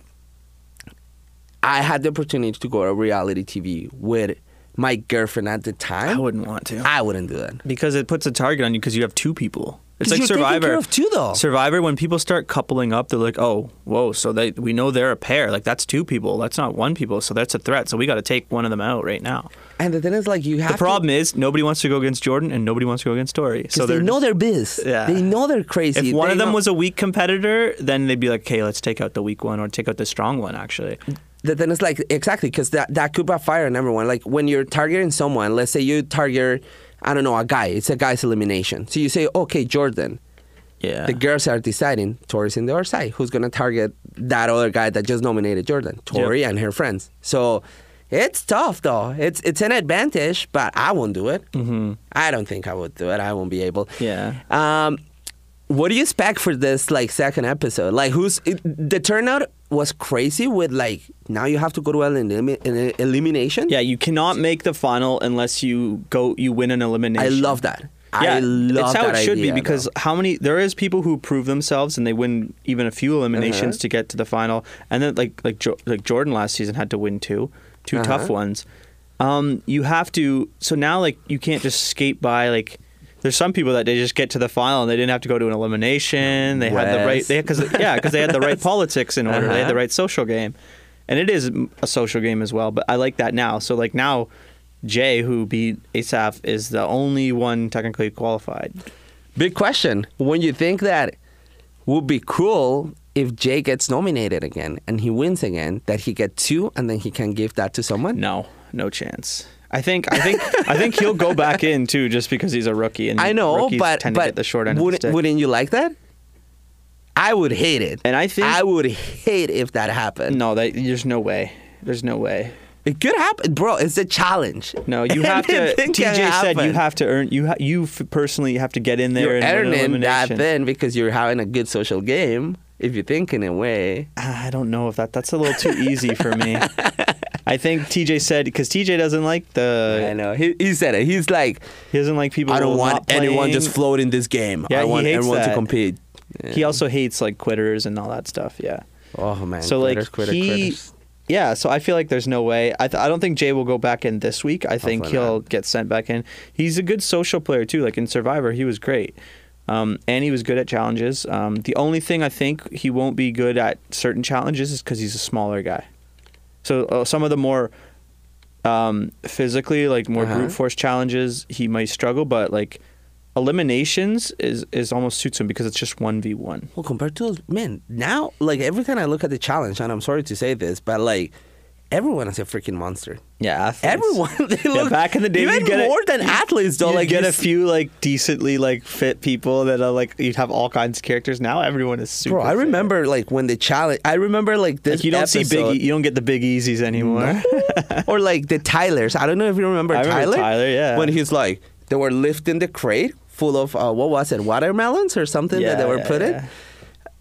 Speaker 1: I had the opportunity to go to reality TV with my girlfriend at the time,
Speaker 2: I wouldn't want to.
Speaker 1: I wouldn't do that.
Speaker 2: because it puts a target on you because you have two people. It's
Speaker 1: 'Cause
Speaker 2: like
Speaker 1: you're taking
Speaker 2: Survivor.
Speaker 1: care of two, though.
Speaker 2: Survivor. When people start coupling up, they're like, "Oh, whoa!" So they we know they're a pair. Like that's two people. That's not one people. So that's a threat. So we got to take one of them out right now.
Speaker 1: And the thing is, like, you have
Speaker 2: The problem is nobody wants to go against Jordan and nobody wants to go against Tori.
Speaker 1: to,
Speaker 2: So
Speaker 1: 'cause they
Speaker 2: they're
Speaker 1: know
Speaker 2: just-
Speaker 1: their biz.
Speaker 2: Yeah.
Speaker 1: They know they're crazy.
Speaker 2: If one
Speaker 1: They
Speaker 2: of them
Speaker 1: know-
Speaker 2: was a weak competitor, then they'd be like, "Okay, let's take out the weak one or take out the strong one." Actually,
Speaker 1: the thing is, like, exactly, because that that could backfire on everyone. Like, when you're targeting someone, let's say you target, I don't know, a guy. It's a guy's elimination. So you say, okay, Jordan.
Speaker 2: yeah.
Speaker 1: the girls are deciding Tori's in the other side. Who's gonna target that other guy that just nominated Jordan? Tori and her friends. So it's tough though. It's it's an advantage, but I won't do it. Mm-hmm. I don't think I would do it. I won't be able.
Speaker 2: Yeah.
Speaker 1: Um, what do you expect for this like second episode? Like who's it, the turnout was crazy with like now you have to go to an, elimi- an elimination.
Speaker 2: yeah, you cannot make the final unless you go you win an elimination.
Speaker 1: I love that. I love
Speaker 2: it's how
Speaker 1: that
Speaker 2: it should
Speaker 1: idea,
Speaker 2: be because
Speaker 1: though.
Speaker 2: how many there is people who prove themselves and they win even a few eliminations
Speaker 1: Uh-huh.
Speaker 2: to get to the final, and then like like jo- like Jordan last season had to win two, two tough
Speaker 1: Uh-huh.
Speaker 2: ones. Um, you have to so now like you can't just skate by like. There's some people that they just get to the final and they didn't have to go to an elimination. They had the right,
Speaker 1: Wes.
Speaker 2: they because yeah, because they had the right politics in order. They had
Speaker 1: Uh-huh.
Speaker 2: the right social game, and it is a social game as well. But I like that now. So like now, Jay who beat Asaf is the only one technically qualified.
Speaker 1: Big question. When you think that would be cool if Jay gets nominated again and he wins again, that he get two and then he can give that to someone?
Speaker 2: No, no chance. I think I think I think he'll go back in too, just because he's a rookie. And
Speaker 1: I know,
Speaker 2: rookies
Speaker 1: but
Speaker 2: tend
Speaker 1: but
Speaker 2: to get the short end of the
Speaker 1: wouldn't,
Speaker 2: stick.
Speaker 1: wouldn't you like that? I would hate it.
Speaker 2: And I think- Mm.
Speaker 1: I would hate if that happened.
Speaker 2: no, that, there's no way. There's no way.
Speaker 1: It could happen, bro. It's a challenge.
Speaker 2: No, you have to.
Speaker 1: Anything
Speaker 2: TJ
Speaker 1: can
Speaker 2: said you
Speaker 1: happen.
Speaker 2: have to earn. You ha- you f- personally have to get in there
Speaker 1: You're
Speaker 2: and win an
Speaker 1: earning that
Speaker 2: elimination.
Speaker 1: then because you're having a good social game. If you think in a way,
Speaker 2: Ah, I don't know if that that's a little too easy for me. I think TJ said because TJ doesn't like
Speaker 1: I
Speaker 2: the
Speaker 1: know he, he said it. He's like,
Speaker 2: he doesn't like people.
Speaker 1: I don't
Speaker 2: not
Speaker 1: want
Speaker 2: playing.
Speaker 1: anyone just floating this game.
Speaker 2: Yeah,
Speaker 1: I
Speaker 2: he
Speaker 1: want
Speaker 2: hates
Speaker 1: everyone
Speaker 2: that.
Speaker 1: to compete.
Speaker 2: He also hates like quitters and all that stuff. Yeah.
Speaker 1: Oh man.
Speaker 2: So like he, yeah. So I feel like there's no way. I, th- I don't think Jay will go back in this week. I think
Speaker 1: Hopefully not.
Speaker 2: he'll get sent back in. He's a good social player too. Like in Survivor, he was great, um, and he was good at challenges. Um, the only thing I think he won't be good at certain challenges is because he's a smaller guy. So uh, some of the more um, physically like more
Speaker 1: Uh-huh.
Speaker 2: brute force challenges he might struggle, but like eliminations is is almost suits him because it's just one v one.
Speaker 1: Well, compared to man, now like every time I look at the challenge, and I'm sorry to say this, but like everyone is a freaking monster.
Speaker 2: Yeah, athletes.
Speaker 1: Everyone, they
Speaker 2: Yeah,
Speaker 1: look
Speaker 2: back in the day,
Speaker 1: even
Speaker 2: you'd get a-
Speaker 1: more than athletes.
Speaker 2: So
Speaker 1: Though, like
Speaker 2: like get
Speaker 1: you
Speaker 2: a
Speaker 1: s-
Speaker 2: few like decently like fit people that are like you'd have all kinds of characters. Now everyone is super.
Speaker 1: Bro, I
Speaker 2: fit.
Speaker 1: remember like when the challenge. I remember like this.
Speaker 2: Like, you don't see
Speaker 1: episode,
Speaker 2: big. E- You don't get the big easies anymore.
Speaker 1: or like the Tylers. I don't know if you remember,
Speaker 2: I remember
Speaker 1: Tyler.
Speaker 2: Tyler, yeah.
Speaker 1: When he's like, they were lifting the crate full of uh, what was it, watermelons or something that they
Speaker 2: Yeah,
Speaker 1: were
Speaker 2: yeah,
Speaker 1: putting.
Speaker 2: yeah.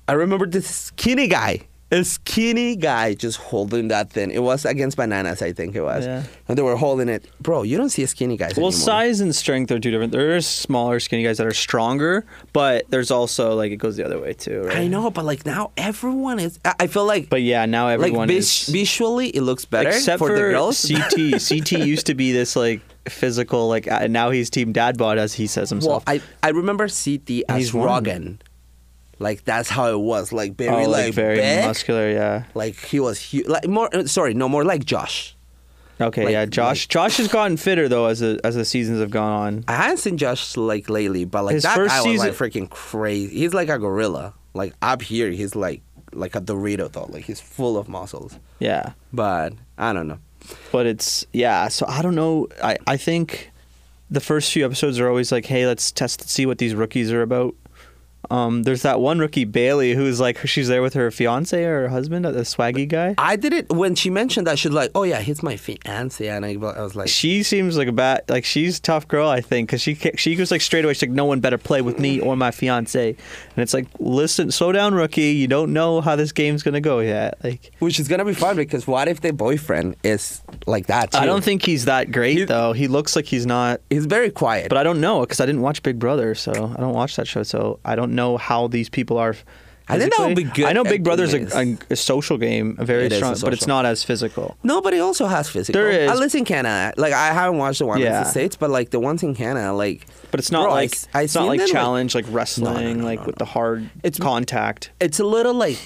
Speaker 1: I remember this skinny guy, a skinny guy just holding that thing. It was against bananas, I think it was,
Speaker 2: Yeah.
Speaker 1: and they were holding it. Bro, you don't see skinny guys
Speaker 2: Well,
Speaker 1: anymore.
Speaker 2: size and strength are two different. There's smaller, skinny guys that are stronger, but there's also like it goes the other way too. Right?
Speaker 1: I know, but like now everyone is. I, I feel like,
Speaker 2: But yeah, now everyone
Speaker 1: like vis-
Speaker 2: is
Speaker 1: visually, it looks better
Speaker 2: except
Speaker 1: for, the girls.
Speaker 2: CT. CT used to be this like physical like, uh, and now he's team dad bod as he says
Speaker 1: Well,
Speaker 2: himself.
Speaker 1: I, I remember CT as
Speaker 2: He's one.
Speaker 1: Rogan. Like that's how it was. Like very
Speaker 2: oh,
Speaker 1: like,
Speaker 2: like, very
Speaker 1: big.
Speaker 2: muscular. Yeah.
Speaker 1: Like he was huge. Like more. uh, Sorry, no more like Josh.
Speaker 2: Okay.
Speaker 1: Like-
Speaker 2: yeah. Josh. Josh has gotten fitter though as the as the seasons have gone on.
Speaker 1: I haven't seen Josh like lately, but like
Speaker 2: His
Speaker 1: that
Speaker 2: first
Speaker 1: guy
Speaker 2: season-
Speaker 1: was like freaking crazy. He's like a gorilla. Like up here, he's like like a Dorito though. Like he's full of muscles.
Speaker 2: Yeah.
Speaker 1: But I don't know.
Speaker 2: but it's yeah so i don't know i i think the first few episodes are always like hey let's test see what these rookies are about um there's that one rookie bailey who's like she's there with her fiance or her husband the swaggy guy
Speaker 1: I did it when she mentioned that. She's like, "Oh yeah, he's my fiance," and I, I was like,
Speaker 2: she seems like a bad like she's a tough girl i think because she ca- she was like straight away she's like no one better play with me or my fiance and it's like listen slow down rookie you don't know how this game's gonna go yet like
Speaker 1: "Which is gonna be fun because what if the boyfriend is like that?" Too?
Speaker 2: i don't think he's that great
Speaker 1: He-
Speaker 2: though he looks like he's not
Speaker 1: he's very quiet.
Speaker 2: But I don't know because I didn't watch Big Brother, so I don't watch that show. So I don't know how these people are.
Speaker 1: I think that would
Speaker 2: physically.
Speaker 1: be good
Speaker 2: I know Big
Speaker 1: at
Speaker 2: Brother's
Speaker 1: this.
Speaker 2: a, a, a social game, a very
Speaker 1: It is a
Speaker 2: strong, but it's
Speaker 1: social.
Speaker 2: not as physical.
Speaker 1: No, but it also has physical.
Speaker 2: There is.
Speaker 1: At least in Canada. Like I haven't watched the ones in
Speaker 2: Yeah.
Speaker 1: the States, but like the ones in Canada, like
Speaker 2: But it's not
Speaker 1: Bro, I
Speaker 2: like
Speaker 1: s- I
Speaker 2: it's not
Speaker 1: seen
Speaker 2: like
Speaker 1: them, like-
Speaker 2: challenge like wrestling,
Speaker 1: no,
Speaker 2: like
Speaker 1: no,
Speaker 2: with the hard
Speaker 1: It's-
Speaker 2: contact.
Speaker 1: it's a little like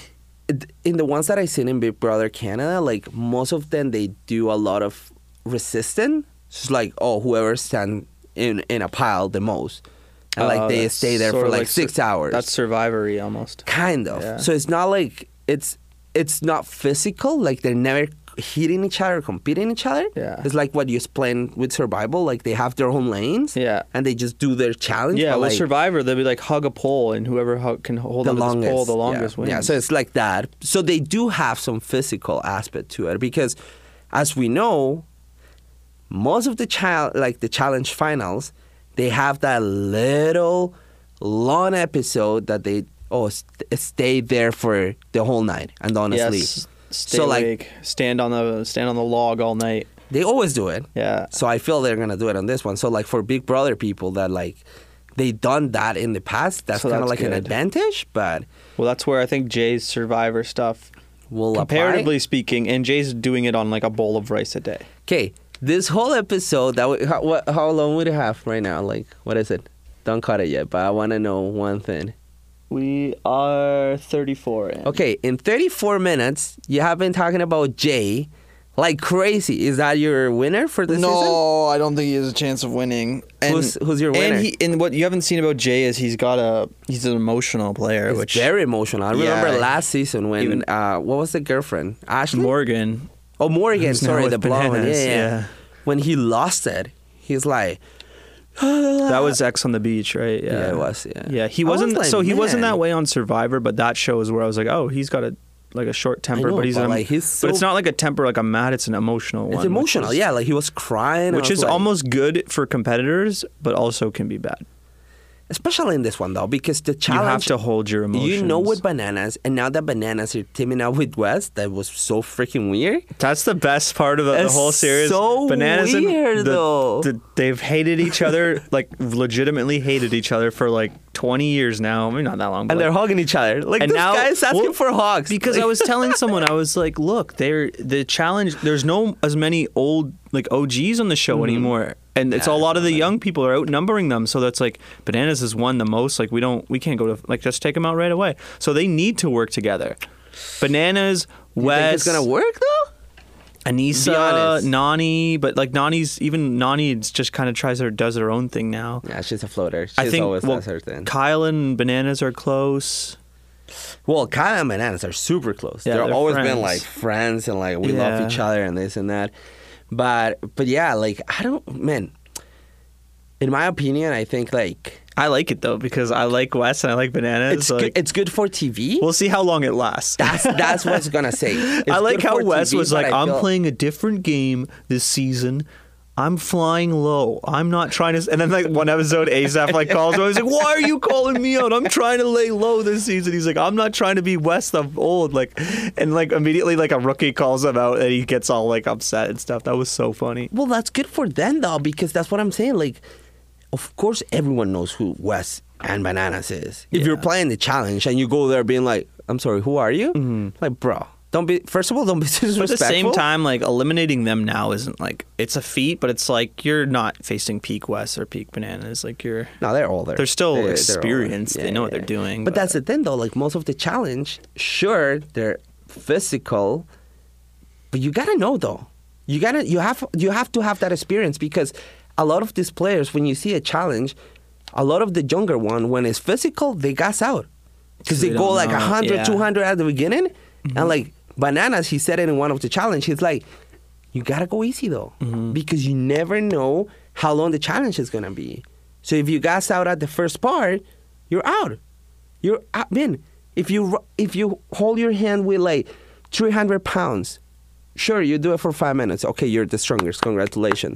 Speaker 1: in the ones that I seen in Big Brother Canada, like most of them they do a lot of resistance. It's just like oh, whoever stand in in a pile the most, and like
Speaker 2: Uh,
Speaker 1: they
Speaker 2: that's
Speaker 1: stay there
Speaker 2: sort
Speaker 1: for
Speaker 2: of
Speaker 1: like,
Speaker 2: sur-
Speaker 1: six hours.
Speaker 2: That's survivory almost.
Speaker 1: kind of.
Speaker 2: Yeah.
Speaker 1: So it's not like it's it's not physical. Like they're never hitting each other, competing each other.
Speaker 2: Yeah.
Speaker 1: It's like what you explained with survival. Like they have their own lanes.
Speaker 2: Yeah.
Speaker 1: And they just do their challenge.
Speaker 2: Yeah,
Speaker 1: but,
Speaker 2: well,
Speaker 1: like,
Speaker 2: Survivor, they'll be like hug a pole, and whoever hug, can hold
Speaker 1: the
Speaker 2: on to
Speaker 1: longest,
Speaker 2: this pole the
Speaker 1: yeah.
Speaker 2: longest
Speaker 1: yeah.
Speaker 2: wins.
Speaker 1: so it's like that. So they do have some physical aspect to it because, as we know, most of the child like the challenge finals, they have that little long episode that they oh st- stay there for the whole night and don't
Speaker 2: yes,
Speaker 1: sleep.
Speaker 2: stay
Speaker 1: so like
Speaker 2: awake, stand on the stand on the log all night.
Speaker 1: they always do it.
Speaker 2: Yeah,
Speaker 1: So I feel they're gonna do it on this one. So like for Big Brother people that like they done that in the past, that's
Speaker 2: So
Speaker 1: kind of
Speaker 2: that's
Speaker 1: like an
Speaker 2: good.
Speaker 1: advantage, but
Speaker 2: Well, that's where I think Jay's Survivor stuff,
Speaker 1: will
Speaker 2: comparatively speaking, and Jay's doing it on like a bowl of rice a day.
Speaker 1: Okay, this whole episode that we, how, what, how long would it have right now? Like, what is it? Don't cut it yet, but I want to know one thing.
Speaker 2: We are 34 in.
Speaker 1: Okay, in 34 minutes, you have been talking about Jay like crazy. Is that your winner for this season?
Speaker 2: No, I don't think he has a chance of winning.
Speaker 1: Who's- who's your winner?
Speaker 2: And, he, and what you haven't seen about Jay is he's got a he's an emotional player,
Speaker 1: It's
Speaker 2: which
Speaker 1: very emotional. I remember
Speaker 2: Yeah.
Speaker 1: last season when
Speaker 2: Even-
Speaker 1: uh, what was the girlfriend? Ashley.
Speaker 2: Morgan.
Speaker 1: Oh, Morgan.
Speaker 2: Who's now
Speaker 1: Sorry,
Speaker 2: with
Speaker 1: the blonde. one.
Speaker 2: Bananas,
Speaker 1: Yeah, yeah.
Speaker 2: yeah.
Speaker 1: When he lost it, he's like, "Ah,
Speaker 2: That was X on the beach, right? Yeah,
Speaker 1: it was, yeah.
Speaker 2: yeah. He
Speaker 1: I was
Speaker 2: wasn't
Speaker 1: like,
Speaker 2: so he wasn't
Speaker 1: man.
Speaker 2: that way on Survivor, but that show is where I was like, oh, he's got a like a short temper,
Speaker 1: know,
Speaker 2: but he's
Speaker 1: but,
Speaker 2: an,
Speaker 1: like, he's
Speaker 2: but it's
Speaker 1: so-
Speaker 2: not like a temper like I'm mad. It's an emotional one.
Speaker 1: it's
Speaker 2: which
Speaker 1: emotional.
Speaker 2: is-
Speaker 1: yeah, like he was crying. I
Speaker 2: which
Speaker 1: was
Speaker 2: is
Speaker 1: like-
Speaker 2: almost good for competitors, but also can be bad.
Speaker 1: especially in this one though, because the
Speaker 2: You
Speaker 1: challenge
Speaker 2: have to hold your emotions.
Speaker 1: You know with bananas, and now that bananas are teaming up with West, that was so freaking weird.
Speaker 2: That's the best part of the, the
Speaker 1: It's
Speaker 2: whole series.
Speaker 1: so
Speaker 2: Bananas and
Speaker 1: weird,
Speaker 2: the-
Speaker 1: though.
Speaker 2: the- they've hated each other, like legitimately hated each other for like 20 years now. I mean, not that long. But
Speaker 1: And
Speaker 2: like-
Speaker 1: they're hugging each other. Like
Speaker 2: and
Speaker 1: this
Speaker 2: now
Speaker 1: guy's asking
Speaker 2: well,
Speaker 1: for hugs.
Speaker 2: because
Speaker 1: Like,
Speaker 2: I was telling someone I was like, look, they're the challenge. There's no as many old like OGs on the show
Speaker 1: Mm-hmm.
Speaker 2: anymore, and it's a lot of the young people are outnumbering them. So that's like bananas has won the most. Like we don't we can't go to like just take them out right away. So they need to work together. Bananas,
Speaker 1: you think
Speaker 2: Wes.
Speaker 1: it's gonna work though.
Speaker 2: Anissa,
Speaker 1: honest.
Speaker 2: Nani, but like Nani's even Nani just kind of tries her does her own thing now.
Speaker 1: Yeah, she's a floater. She's
Speaker 2: I think
Speaker 1: always
Speaker 2: well,
Speaker 1: does her thing.
Speaker 2: Kyle and Bananas are close.
Speaker 1: Well, Kyle and Bananas are super close.
Speaker 2: Yeah,
Speaker 1: they're,
Speaker 2: they're
Speaker 1: always been
Speaker 2: friends.
Speaker 1: like friends and like we
Speaker 2: Yeah.
Speaker 1: love each other and this and that. But but yeah, like I don't man. In my opinion, I think like
Speaker 2: I like it though because I like Wes and I like Bananas.
Speaker 1: it's
Speaker 2: like,
Speaker 1: good, it's good for TV.
Speaker 2: we'll see how long it lasts.
Speaker 1: that's that's what's gonna say. It's
Speaker 2: I like
Speaker 1: good
Speaker 2: how
Speaker 1: for
Speaker 2: Wes
Speaker 1: TV,
Speaker 2: was
Speaker 1: but
Speaker 2: like,
Speaker 1: I
Speaker 2: I'm
Speaker 1: feel-
Speaker 2: playing a different game this season. I'm flying low. I'm not trying to. s-" And then like one episode, Azaf like calls him. I was like, "Why are you calling me out? I'm trying to lay low this season." He's like, "I'm not trying to be West of old." Like, and like immediately like a rookie calls him out, and he gets all like upset and stuff. That was so funny.
Speaker 1: Well, that's good for them though, because that's what I'm saying. Like, of course, everyone knows who Wes and Bananas is. If you're
Speaker 2: Yeah.
Speaker 1: playing the challenge and you go there being like, "I'm sorry, who are you?" Like, bro, don't be. First of all, don't be disrespectful.
Speaker 2: But at the same time, like eliminating them now isn't like it's a feat, but it's like you're not facing peak West or peak bananas. Like you're
Speaker 1: no, they're older.
Speaker 2: They're still
Speaker 1: all-
Speaker 2: experienced. They know what they're doing,
Speaker 1: But,
Speaker 2: but-
Speaker 1: that's the thing, though. Like most of the challenge, sure, they're physical, but you gotta know though. You gotta you have you have to have that experience because a lot of these players, when you see a challenge, a lot of the younger one, when it's physical, they gas out because
Speaker 2: So
Speaker 1: they
Speaker 2: they
Speaker 1: go
Speaker 2: don't
Speaker 1: like
Speaker 2: know,
Speaker 1: 100,
Speaker 2: yeah. Mm-hmm.
Speaker 1: 200 at the beginning, and like bananas, he said it in one of the challenge. He's like, you gotta go easy though
Speaker 2: Mm-hmm.
Speaker 1: because you never know how long the challenge is gonna be. So if you gas out at the first part, you're out. You're out. Man, if you ru- if you hold your hand with like 300 pounds, sure you do it for five minutes. Okay, you're the strongest. Congratulations.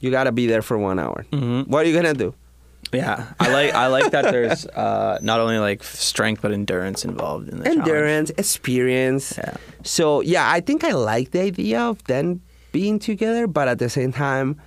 Speaker 1: You gotta be there for one hour.
Speaker 2: Mm-hmm.
Speaker 1: What are you gonna do?
Speaker 2: Yeah, I like I like that there's uh, not only like strength but endurance involved in the challenge.
Speaker 1: Endurance, experience.
Speaker 2: Yeah.
Speaker 1: So yeah, I think I like the idea of them being together, but at the same time,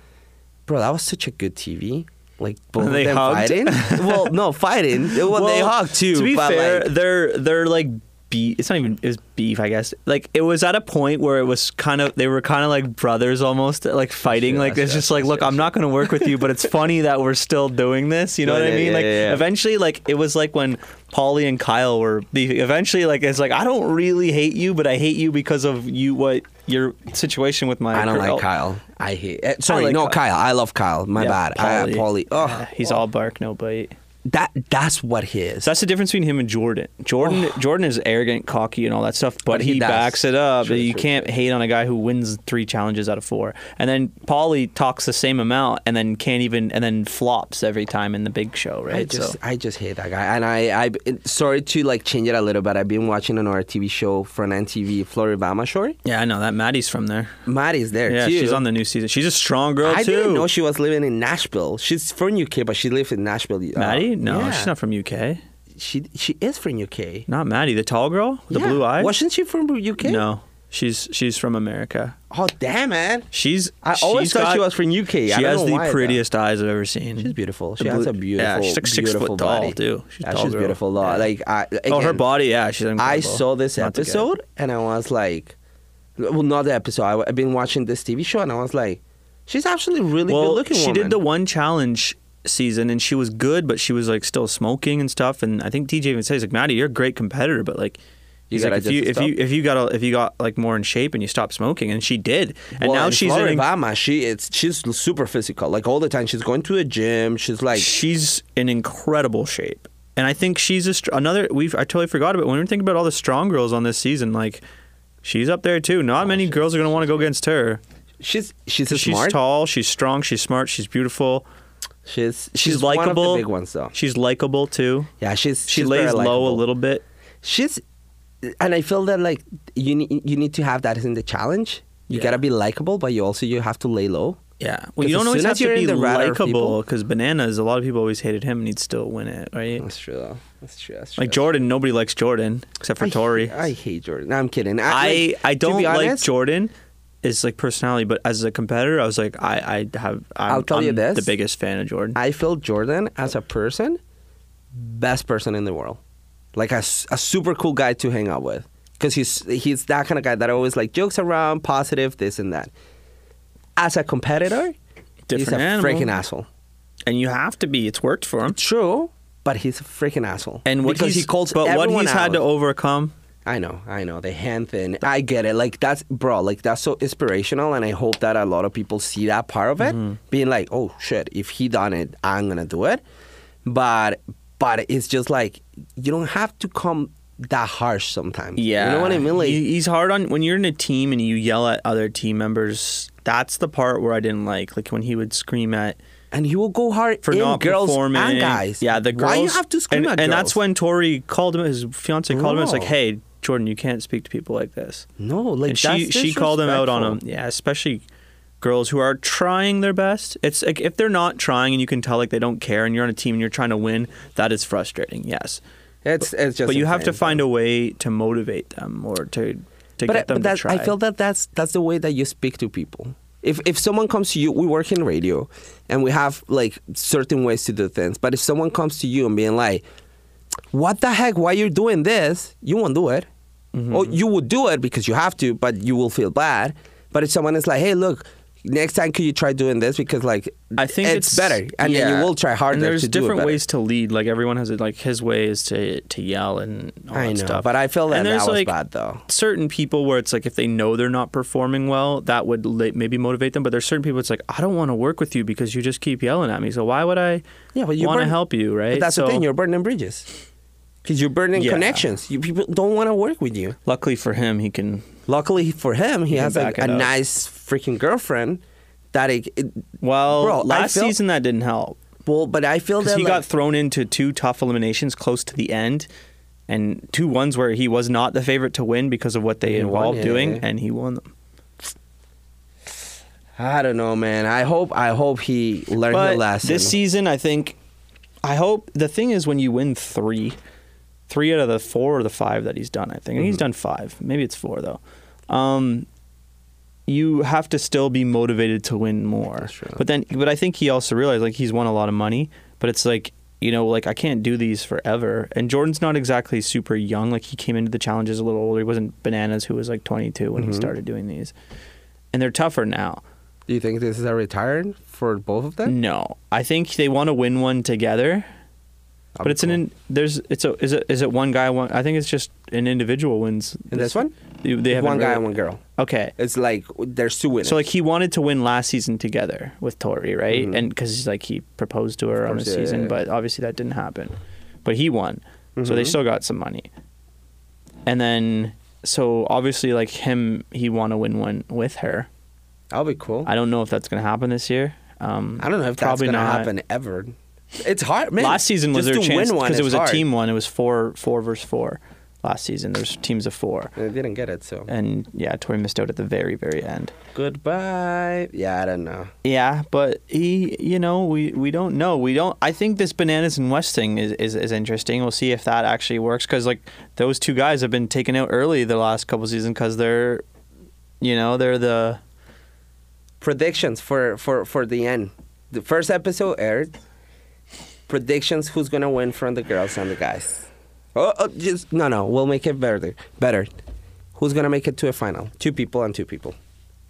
Speaker 1: bro, that was such a good TV. Like both
Speaker 2: They
Speaker 1: of them
Speaker 2: hugged?
Speaker 1: fighting. well, no, fighting. Well, they hugged too.
Speaker 2: To be
Speaker 1: but
Speaker 2: fair,
Speaker 1: like,
Speaker 2: they're they're like beef. It's not even it was beef, I guess. Like it was at a point where it was kind of they were kind of like brothers almost, like fighting.
Speaker 1: Yes,
Speaker 2: like
Speaker 1: yes,
Speaker 2: it's just like,
Speaker 1: yes,
Speaker 2: look,
Speaker 1: yes.
Speaker 2: I'm not going to work with you, but it's funny that we're still doing this. You know
Speaker 1: Yeah,
Speaker 2: what I
Speaker 1: yeah,
Speaker 2: mean?
Speaker 1: yeah,
Speaker 2: like
Speaker 1: yeah, yeah.
Speaker 2: eventually, like it was like when Paulie and Kyle were beefing. Eventually, like it's like I don't really hate you, but I hate you because of you what your situation with my
Speaker 1: I don't
Speaker 2: girl."
Speaker 1: like Kyle. I hate. eh, sorry,
Speaker 2: like
Speaker 1: no, Kyle.
Speaker 2: Kyle.
Speaker 1: I love Kyle. My
Speaker 2: Yeah,
Speaker 1: bad. I
Speaker 2: Paulie.
Speaker 1: Paulie. Oh,
Speaker 2: Yeah, he's all bark, no bite.
Speaker 1: that. That's what he is.
Speaker 2: So that's the difference between him and Jordan. Jordan, Jordan is arrogant, cocky, and all that stuff, but,
Speaker 1: But
Speaker 2: he,
Speaker 1: he does.
Speaker 2: backs it up.
Speaker 1: True,
Speaker 2: you
Speaker 1: true,
Speaker 2: can't hate on a guy who wins three challenges out of four. And then Paulie talks the same amount, and then can't even, and then flops every time in the big show, right?
Speaker 1: I just,
Speaker 2: so
Speaker 1: I just hate that guy. And I, I, it- sorry to like change it a little, but I've been watching another TV show from NTV, Floribama Shore.
Speaker 2: yeah, I know that Maddie's from there.
Speaker 1: Maddie's there
Speaker 2: Yeah,
Speaker 1: too.
Speaker 2: she's on the new season. She's a strong girl
Speaker 1: I
Speaker 2: too.
Speaker 1: didn't know she was living in Nashville. She's from UK, but she lives in Nashville. uh,
Speaker 2: Maddie? No,
Speaker 1: yeah.
Speaker 2: she's not from UK.
Speaker 1: She she is from UK.
Speaker 2: Not Maddie, the tall girl with
Speaker 1: Yeah.
Speaker 2: the blue eyes.
Speaker 1: Wasn't she from UK?
Speaker 2: No, she's she's from America.
Speaker 1: Oh damn, man!
Speaker 2: She's
Speaker 1: I always
Speaker 2: she's
Speaker 1: thought she
Speaker 2: got-
Speaker 1: was from UK.
Speaker 2: She
Speaker 1: I don't
Speaker 2: has
Speaker 1: know
Speaker 2: the
Speaker 1: why, though.
Speaker 2: prettiest eyes I've ever seen.
Speaker 1: She's beautiful.
Speaker 2: Mm-hmm. The
Speaker 1: She has
Speaker 2: blue-
Speaker 1: a beautiful,
Speaker 2: yeah, she's like six
Speaker 1: beautiful
Speaker 2: foot tall
Speaker 1: body.
Speaker 2: too. She's,
Speaker 1: yeah,
Speaker 2: tall
Speaker 1: she's
Speaker 2: girl.
Speaker 1: beautiful. Though.
Speaker 2: Yeah.
Speaker 1: Like I,
Speaker 2: oh, her
Speaker 1: again,
Speaker 2: body, yeah, she's incredible.
Speaker 1: I saw this
Speaker 2: Not to get-
Speaker 1: episode and I was like, well, not the episode. I, have been watching this TV show and I was like, she's actually really
Speaker 2: well,
Speaker 1: good looking.
Speaker 2: she
Speaker 1: woman.
Speaker 2: did the one challenge season and she was good, but she was like still smoking and stuff. And I think DJ even says like, Maddie, you're a great competitor, but like.
Speaker 1: You
Speaker 2: he's
Speaker 1: gotta
Speaker 2: like, if you
Speaker 1: just
Speaker 2: if you
Speaker 1: stop.
Speaker 2: if you got a, if you got like more in shape and you stopped smoking and she did and
Speaker 1: well,
Speaker 2: now
Speaker 1: in
Speaker 2: she's in
Speaker 1: Floribama. She it's she's super physical. Like all the time, she's going to a gym. She's like
Speaker 2: she's in incredible shape. And I think she's a str- another. We have I totally forgot about when we were thinking about all the strong girls on this season. Like, she's up there too.
Speaker 1: Oh,
Speaker 2: Not many girls are going to want to go against her.
Speaker 1: she's she's
Speaker 2: She's
Speaker 1: smart.
Speaker 2: tall. She's strong. She's smart. She's beautiful.
Speaker 1: She's
Speaker 2: She's,
Speaker 1: one of the
Speaker 2: likable.
Speaker 1: big ones though.
Speaker 2: She's likable too.
Speaker 1: Yeah, she's
Speaker 2: She
Speaker 1: she's
Speaker 2: lays
Speaker 1: very
Speaker 2: low a
Speaker 1: likable.
Speaker 2: little bit.
Speaker 1: She's, and I feel that like you need you need to have that in the challenge. You
Speaker 2: Yeah.
Speaker 1: gotta be likable, but you also you have to lay low.
Speaker 2: Yeah. Well,
Speaker 1: 'Cause
Speaker 2: you
Speaker 1: as
Speaker 2: don't always
Speaker 1: soon
Speaker 2: have
Speaker 1: as you're
Speaker 2: to
Speaker 1: in
Speaker 2: be
Speaker 1: the radar of
Speaker 2: likable
Speaker 1: people-
Speaker 2: because bananas. A lot of people always hated him, and he'd still win it, right?
Speaker 1: That's true though. That's true. That's true.
Speaker 2: Like Jordan, nobody likes Jordan except for
Speaker 1: I,
Speaker 2: Tori.
Speaker 1: I hate Jordan. No, I'm kidding.
Speaker 2: I
Speaker 1: like,
Speaker 2: I
Speaker 1: to
Speaker 2: don't
Speaker 1: be
Speaker 2: like
Speaker 1: honest,
Speaker 2: Jordan is like personality, but as a competitor, I was like I I have I'm,
Speaker 1: I'll tell you
Speaker 2: I'm
Speaker 1: this.
Speaker 2: the biggest fan of Jordan.
Speaker 1: I feel Jordan as a person, best person in the world, like a, s- a super cool guy to hang out with, because he's he's that kind of guy that always like jokes around, positive, this and that. As a competitor, he's
Speaker 2: Different
Speaker 1: a
Speaker 2: animal.
Speaker 1: freaking asshole.
Speaker 2: and you have to be. It's worked for him.
Speaker 1: True, but he's a freaking asshole.
Speaker 2: And what
Speaker 1: because
Speaker 2: he's,
Speaker 1: he calls
Speaker 2: but what
Speaker 1: everyone
Speaker 2: he's had
Speaker 1: out.
Speaker 2: to overcome
Speaker 1: I know, I know. The hand thing. I get it. Like that's bro, like that's so inspirational and I hope that a lot of people see that part of it.
Speaker 2: Mm-hmm.
Speaker 1: Being like, oh shit, if he done it, I'm gonna do it. But but it's just like you don't have to come that harsh sometimes.
Speaker 2: Yeah,
Speaker 1: You know what I mean? Like
Speaker 2: He- he's hard on when you're in a team and you yell at other team members. That's the part where I didn't like, like when he would scream at
Speaker 1: and he will go hard
Speaker 2: for
Speaker 1: in
Speaker 2: not
Speaker 1: girls
Speaker 2: performing.
Speaker 1: and guys.
Speaker 2: Yeah, the girls.
Speaker 1: Why you have to scream
Speaker 2: and,
Speaker 1: at
Speaker 2: And
Speaker 1: girls? Oh.
Speaker 2: that's when Tori called him. His fiance called him. It's like,
Speaker 1: No.
Speaker 2: hey, Jordan, you can't speak to people like this.
Speaker 1: no, like
Speaker 2: and
Speaker 1: that's
Speaker 2: she she called him out on him.
Speaker 1: disrespectful.
Speaker 2: Yeah, especially girls who are trying their best. It's like if they're not trying and you can tell like they don't care and you're on a team and you're trying to win, that is frustrating. Yes.
Speaker 1: It's it's just.
Speaker 2: but you have to
Speaker 1: insane.
Speaker 2: find a way to motivate them or to to
Speaker 1: but,
Speaker 2: get them
Speaker 1: but that,
Speaker 2: to try.
Speaker 1: I feel that that's that's the way that you speak to people. If if someone comes to you, we work in radio, and we have like certain ways to do things. But if someone comes to you and being like, "What the heck? Why you're doing this? You won't do it,
Speaker 2: Mm-hmm.
Speaker 1: or you would do it because you have to, but you will feel bad." But if someone is like, "Hey, look." Next time, could you try doing this? Because like,
Speaker 2: I think
Speaker 1: it's, better, and then
Speaker 2: yeah.
Speaker 1: you will try harder.
Speaker 2: And there's
Speaker 1: to do it
Speaker 2: different
Speaker 1: better.
Speaker 2: ways to lead. Like everyone has it. Like his way is to to yell and all
Speaker 1: I
Speaker 2: that
Speaker 1: know,
Speaker 2: stuff.
Speaker 1: but I feel that
Speaker 2: and there's
Speaker 1: that was
Speaker 2: like
Speaker 1: bad, though.
Speaker 2: Certain people where it's like if they know they're not performing well, that would li- maybe motivate them. But there's certain people it's like I don't want to work with you because you just keep yelling at me. So why would I?
Speaker 1: Yeah, but you
Speaker 2: want to
Speaker 1: burn-
Speaker 2: help you, right?
Speaker 1: But that's
Speaker 2: So-
Speaker 1: the thing, you're burning bridges. Because you're burning
Speaker 2: Yeah.
Speaker 1: connections. You people don't want to work with you.
Speaker 2: Luckily for him, he can
Speaker 1: Luckily for him, he
Speaker 2: can
Speaker 1: has like
Speaker 2: back it
Speaker 1: a
Speaker 2: up.
Speaker 1: nice freaking girlfriend that it, it
Speaker 2: Well,
Speaker 1: Bro, I
Speaker 2: last
Speaker 1: feel-
Speaker 2: season that didn't help
Speaker 1: well, but I feel
Speaker 2: because
Speaker 1: that
Speaker 2: he
Speaker 1: like,
Speaker 2: got thrown into two tough eliminations close to the end, and two ones where he was not the favorite to win because of what they
Speaker 1: He won, eh?
Speaker 2: involved
Speaker 1: yeah,
Speaker 2: doing,
Speaker 1: yeah.
Speaker 2: and he won them.
Speaker 1: I don't know, man. I hope I hope he learned the
Speaker 2: But
Speaker 1: lesson.
Speaker 2: this season, I think, I hope the thing is when you win three, three out of the four or the five that he's done, I think, and
Speaker 1: Mm-hmm.
Speaker 2: he's done five. Maybe it's four though. Um, you have to still be motivated to win more.
Speaker 1: That's true.
Speaker 2: But then, but I think he also realized like he's won a lot of money, but it's like you know like I can't do these forever. And Jordan's not exactly super young. Like he came into the challenges a little older. He wasn't bananas who was like 22 when he
Speaker 1: Mm-hmm.
Speaker 2: started doing these, and they're tougher now.
Speaker 1: Do you think this is a return for both of them?
Speaker 2: No, I think they want to win one together.
Speaker 1: That'd
Speaker 2: but
Speaker 1: be
Speaker 2: it's an in, there's it's a is it is it one guy one I think it's just an individual wins.
Speaker 1: In this one?
Speaker 2: You- they have
Speaker 1: one guy and one girl.
Speaker 2: Okay.
Speaker 1: It's like there's two winners.
Speaker 2: So like he wanted to win last season together with Tori, right?
Speaker 1: Mhm.
Speaker 2: And because like he proposed to her on the
Speaker 1: course, yeah, yeah,
Speaker 2: season,
Speaker 1: yeah.
Speaker 2: but obviously that didn't happen. But he won, so they
Speaker 1: Mhm.
Speaker 2: still got some money. And then so obviously like him, he want to win one with her.
Speaker 1: that'll be cool.
Speaker 2: I don't know if that's gonna happen this year. Um,
Speaker 1: I don't know if that's
Speaker 2: probably
Speaker 1: gonna
Speaker 2: not.
Speaker 1: happen ever. It's hard, man.
Speaker 2: last season was
Speaker 1: just
Speaker 2: their
Speaker 1: to
Speaker 2: chance
Speaker 1: win one
Speaker 2: because it
Speaker 1: is
Speaker 2: was
Speaker 1: hard.
Speaker 2: a team one. It was four four versus four last season. There's teams of four,
Speaker 1: They didn't get it, so
Speaker 2: and yeah, Tori missed out at the very very end.
Speaker 1: goodbye. Yeah, I don't know.
Speaker 2: Yeah, but he, you know, we, we don't know. We don't. I think this bananas and West thing is, is, is interesting. We'll see if that actually works because like those two guys have been taken out early the last couple seasons because they're, you know, they're the
Speaker 1: predictions for for for the end. The first episode aired. Predictions: Who's gonna win from the girls and the guys? Oh, oh, just no, no. We'll make it better. Better. Who's gonna make it to a final? Two people and two people.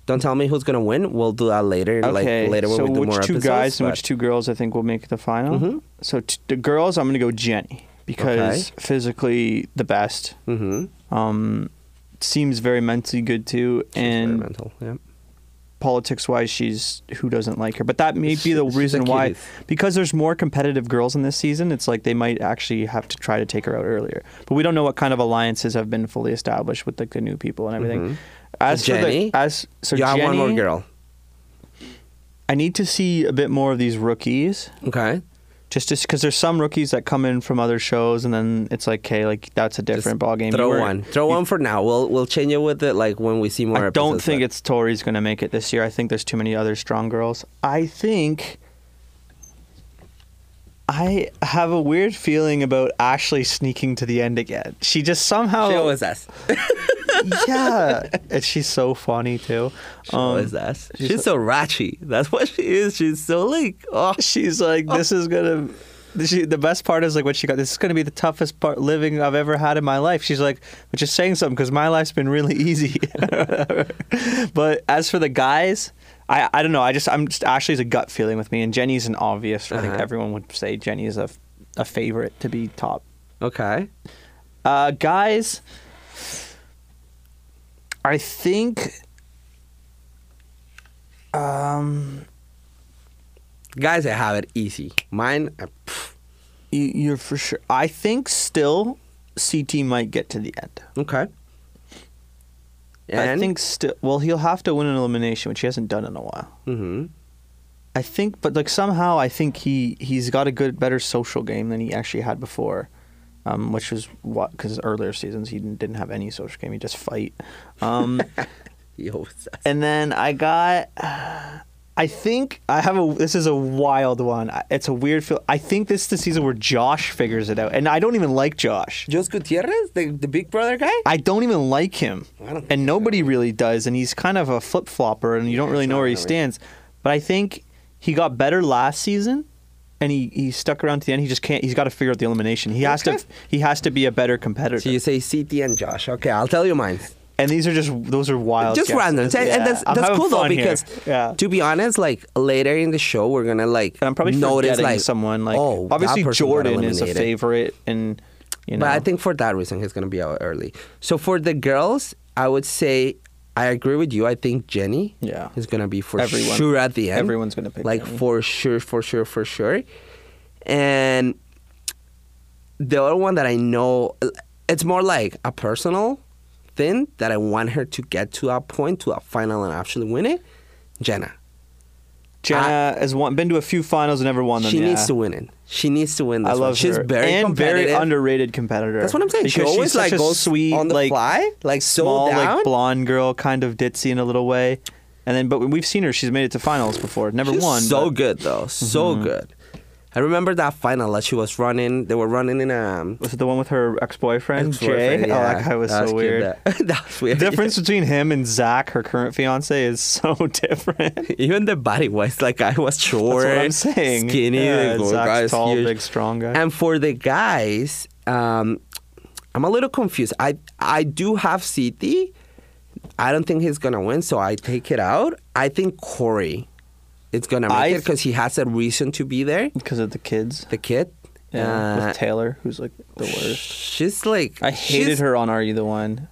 Speaker 1: Don't tell me who's gonna win. We'll do that later. Like later when
Speaker 2: so
Speaker 1: we do
Speaker 2: which
Speaker 1: more
Speaker 2: two
Speaker 1: episodes.
Speaker 2: guys and
Speaker 1: but-
Speaker 2: which two girls I think will make the final?
Speaker 1: Mhm.
Speaker 2: So t- the girls, I'm gonna go Jenny because physically the best.
Speaker 1: Mhm.
Speaker 2: Um, seems very mentally good too,
Speaker 1: She's very
Speaker 2: and
Speaker 1: mental. Yeah.
Speaker 2: politics wise, she's who doesn't like her. But that may be
Speaker 1: She's
Speaker 2: the
Speaker 1: the
Speaker 2: reason why,
Speaker 1: cutest.
Speaker 2: because there's more competitive girls in this season. It's like they might actually have to try to take her out earlier. But we don't know what kind of alliances have been fully established with like the new people and everything.
Speaker 1: Mhm.
Speaker 2: As for
Speaker 1: Jenny?
Speaker 2: the as so
Speaker 1: you
Speaker 2: Jenny,
Speaker 1: have one more girl.
Speaker 2: I need to see a bit more of these rookies.
Speaker 1: Okay.
Speaker 2: Just because there's some rookies that come in from other shows, and then it's like, okay, like that's a different ball game.
Speaker 1: Throw one. Throw one for now. We'll we'll change it with it like when we see more.
Speaker 2: I don't
Speaker 1: episodes,
Speaker 2: think
Speaker 1: but-
Speaker 2: it's Tori's going to make it this year. I think there's too many other strong girls. I think I have a weird feeling about Ashley sneaking to the end again. She just somehow
Speaker 1: She always us.
Speaker 2: yeah, and she's so funny too. Um,
Speaker 1: She always us.
Speaker 2: she's
Speaker 1: Um, She's,
Speaker 2: like-
Speaker 1: so ratchy. That's what she is. She's so like oh
Speaker 2: she's like, this is gonna. She, the best part is like what she got. This is gonna be the toughest part living I've ever had in my life. She's like, but just saying something because my life's been really easy. but as for the guys, I I don't know. I just I'm just Ashley's a gut feeling with me, and Jenny's an obvious. I think
Speaker 1: Uh-huh.
Speaker 2: everyone would say Jenny is a f- a favorite to be top.
Speaker 1: Okay.
Speaker 2: Uh, guys, I think. Um,
Speaker 1: Guys that have it easy. Mine, uh, pff,
Speaker 2: you, you're for sure. I think still, CT might get to the end.
Speaker 1: okay.
Speaker 2: I think still. Well, he'll have to win an elimination, which he hasn't done in a while.
Speaker 1: hmm
Speaker 2: I think, but like somehow, I think he he's got a good, better social game than he actually had before, um, which was what because earlier seasons he didn't, didn't have any social game. He just fight. Um,
Speaker 1: Yo, what's that?
Speaker 2: and then I got, I think I have a. This is a wild one. I- It's a weird feel. I think this is the season where Josh figures it out, and I don't even like Josh.
Speaker 1: Jos Gutierrez, the, the big brother guy?
Speaker 2: I don't even like him,
Speaker 1: I don't think
Speaker 2: and
Speaker 1: so.
Speaker 2: nobody really does. And he's kind of a flip flopper, and you don't really
Speaker 1: he's
Speaker 2: know
Speaker 1: not
Speaker 2: where he
Speaker 1: really-
Speaker 2: stands. But I think he got better last season, and he, he stuck around to the end. He just can't. He's got to figure out the elimination. He has
Speaker 1: Okay.
Speaker 2: to. He has to be a better competitor.
Speaker 1: So you say CT and Josh. Okay, I'll tell you mine.
Speaker 2: and these are just those are wild.
Speaker 1: Just
Speaker 2: guesses.
Speaker 1: random. And-
Speaker 2: Yeah,
Speaker 1: And that's,
Speaker 2: I'm
Speaker 1: that's
Speaker 2: having
Speaker 1: cool though
Speaker 2: fun here.
Speaker 1: because
Speaker 2: yeah.
Speaker 1: to be honest, like later in the show we're gonna like
Speaker 2: and I'm probably
Speaker 1: notice
Speaker 2: forgetting
Speaker 1: like
Speaker 2: someone like
Speaker 1: oh that
Speaker 2: obviously
Speaker 1: person got
Speaker 2: Jordan is a
Speaker 1: eliminated.
Speaker 2: favorite and you know
Speaker 1: But I think for that reason, he's going to be out early. So for the girls, I would say I agree with you. I think Jenny
Speaker 2: Yeah.
Speaker 1: is going to be for
Speaker 2: Everyone-
Speaker 1: sure at the end.
Speaker 2: everyone's gonna pick
Speaker 1: Like
Speaker 2: Jenny.
Speaker 1: for sure, for sure, for sure. And the other one that I know, it's more like a personal thing that I want her to get to a point, to a final and actually win it, Jenna.
Speaker 2: Jenna has won, been to a few finals and never won them.
Speaker 1: She
Speaker 2: yeah.
Speaker 1: needs to win it. She needs to win this
Speaker 2: I
Speaker 1: one.
Speaker 2: love
Speaker 1: She's
Speaker 2: her
Speaker 1: very
Speaker 2: and very
Speaker 1: competitive.
Speaker 2: underrated competitor.
Speaker 1: That's what I'm saying. she
Speaker 2: Because she's
Speaker 1: always
Speaker 2: such
Speaker 1: like
Speaker 2: a
Speaker 1: goes
Speaker 2: sweet
Speaker 1: on the
Speaker 2: like
Speaker 1: fly, like so
Speaker 2: small
Speaker 1: down.
Speaker 2: like blonde girl, kind of ditzy in a little way. And then, but we've seen her. She's made it to finals before. Never
Speaker 1: She's
Speaker 2: won.
Speaker 1: So
Speaker 2: but
Speaker 1: good though, so good. I remember that final that she was running. They were running in um.
Speaker 2: was it the one with her ex-boyfriend,
Speaker 1: ex-boyfriend,
Speaker 2: Jay? Oh, that guy was, so
Speaker 1: cute,
Speaker 2: weird.
Speaker 1: That. that was
Speaker 2: The
Speaker 1: weird.
Speaker 2: difference between him and Zach, her current fiance, is so different.
Speaker 1: Even the body was like I was short,
Speaker 2: That's what I'm saying.
Speaker 1: skinny,
Speaker 2: Yeah,
Speaker 1: the
Speaker 2: Zach's
Speaker 1: guy's
Speaker 2: tall,
Speaker 1: huge.
Speaker 2: big, strong guy.
Speaker 1: And for the guys, um, I'm a little confused. I I do have CT. I don't think he's gonna win, so I take it out. I think Corey is gonna make
Speaker 2: I
Speaker 1: it
Speaker 2: th-
Speaker 1: because he has a reason to be there.
Speaker 2: because of the kids.
Speaker 1: The kid.
Speaker 2: Yeah,
Speaker 1: Uh,
Speaker 2: with Taylor, who's like the worst.
Speaker 1: She's like
Speaker 2: I
Speaker 1: she's-
Speaker 2: hated her on Are You the One,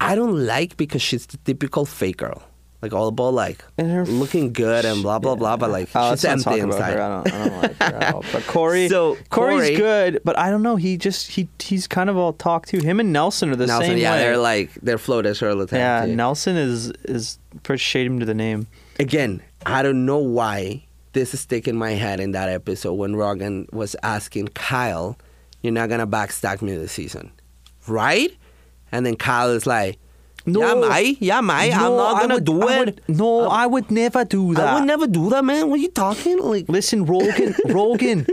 Speaker 1: I don't like because she's the typical fake girl, like all about like
Speaker 2: and her
Speaker 1: looking good and blah blah blah, but like
Speaker 2: Oh,
Speaker 1: she's
Speaker 2: let's not
Speaker 1: empty
Speaker 2: talk about
Speaker 1: inside.
Speaker 2: her. I don't, I don't like her at all. But Corey,
Speaker 1: So,
Speaker 2: Corey's
Speaker 1: Corey-
Speaker 2: good, but I don't know. He just he he's kind of all talk to. Him and Nelson are the
Speaker 1: Nelson,
Speaker 2: same
Speaker 1: yeah,
Speaker 2: way.
Speaker 1: they're like they're floated all the time.
Speaker 2: yeah,
Speaker 1: too.
Speaker 2: Nelson is is pretty shade him to the name.
Speaker 1: Again, I don't know why this is stuck in my head in that episode when Rogan was asking Kyle, "You're not gonna backstab me this season, right?" And then Kyle is like,
Speaker 2: No.
Speaker 1: "Yeah, I, yeah, I, I'm
Speaker 2: No,
Speaker 1: not
Speaker 2: I
Speaker 1: gonna
Speaker 2: would-
Speaker 1: do
Speaker 2: I
Speaker 1: it.
Speaker 2: would- no, I would never do that.
Speaker 1: I would never do that, man. What are you talking like?"
Speaker 2: Listen, Rogan, Rogan,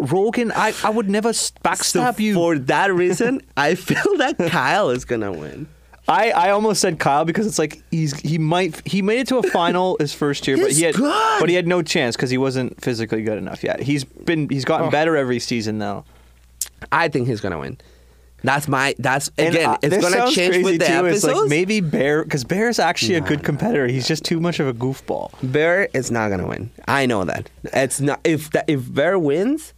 Speaker 2: Rogan. I I would never s- backstab
Speaker 1: So
Speaker 2: you.
Speaker 1: For that reason, I feel that Kyle is gonna win.
Speaker 2: I, I almost said Kyle because it's like he's he might he made it to a final his first year, but
Speaker 1: He's
Speaker 2: he had
Speaker 1: good.
Speaker 2: but he had no chance because he wasn't physically good enough yet. He's been he's
Speaker 1: Oh.
Speaker 2: gotten better every season though.
Speaker 1: I think he's gonna win. That's my. That's
Speaker 2: And,
Speaker 1: again.
Speaker 2: uh,
Speaker 1: it's
Speaker 2: this
Speaker 1: gonna
Speaker 2: sounds
Speaker 1: change with the
Speaker 2: crazy, too. It's
Speaker 1: episodes.
Speaker 2: like maybe Bear because Bear's actually a good competitor. He's just too much of a goofball.
Speaker 1: Bear is not gonna win. I know that. It's not. If that, if Bear wins,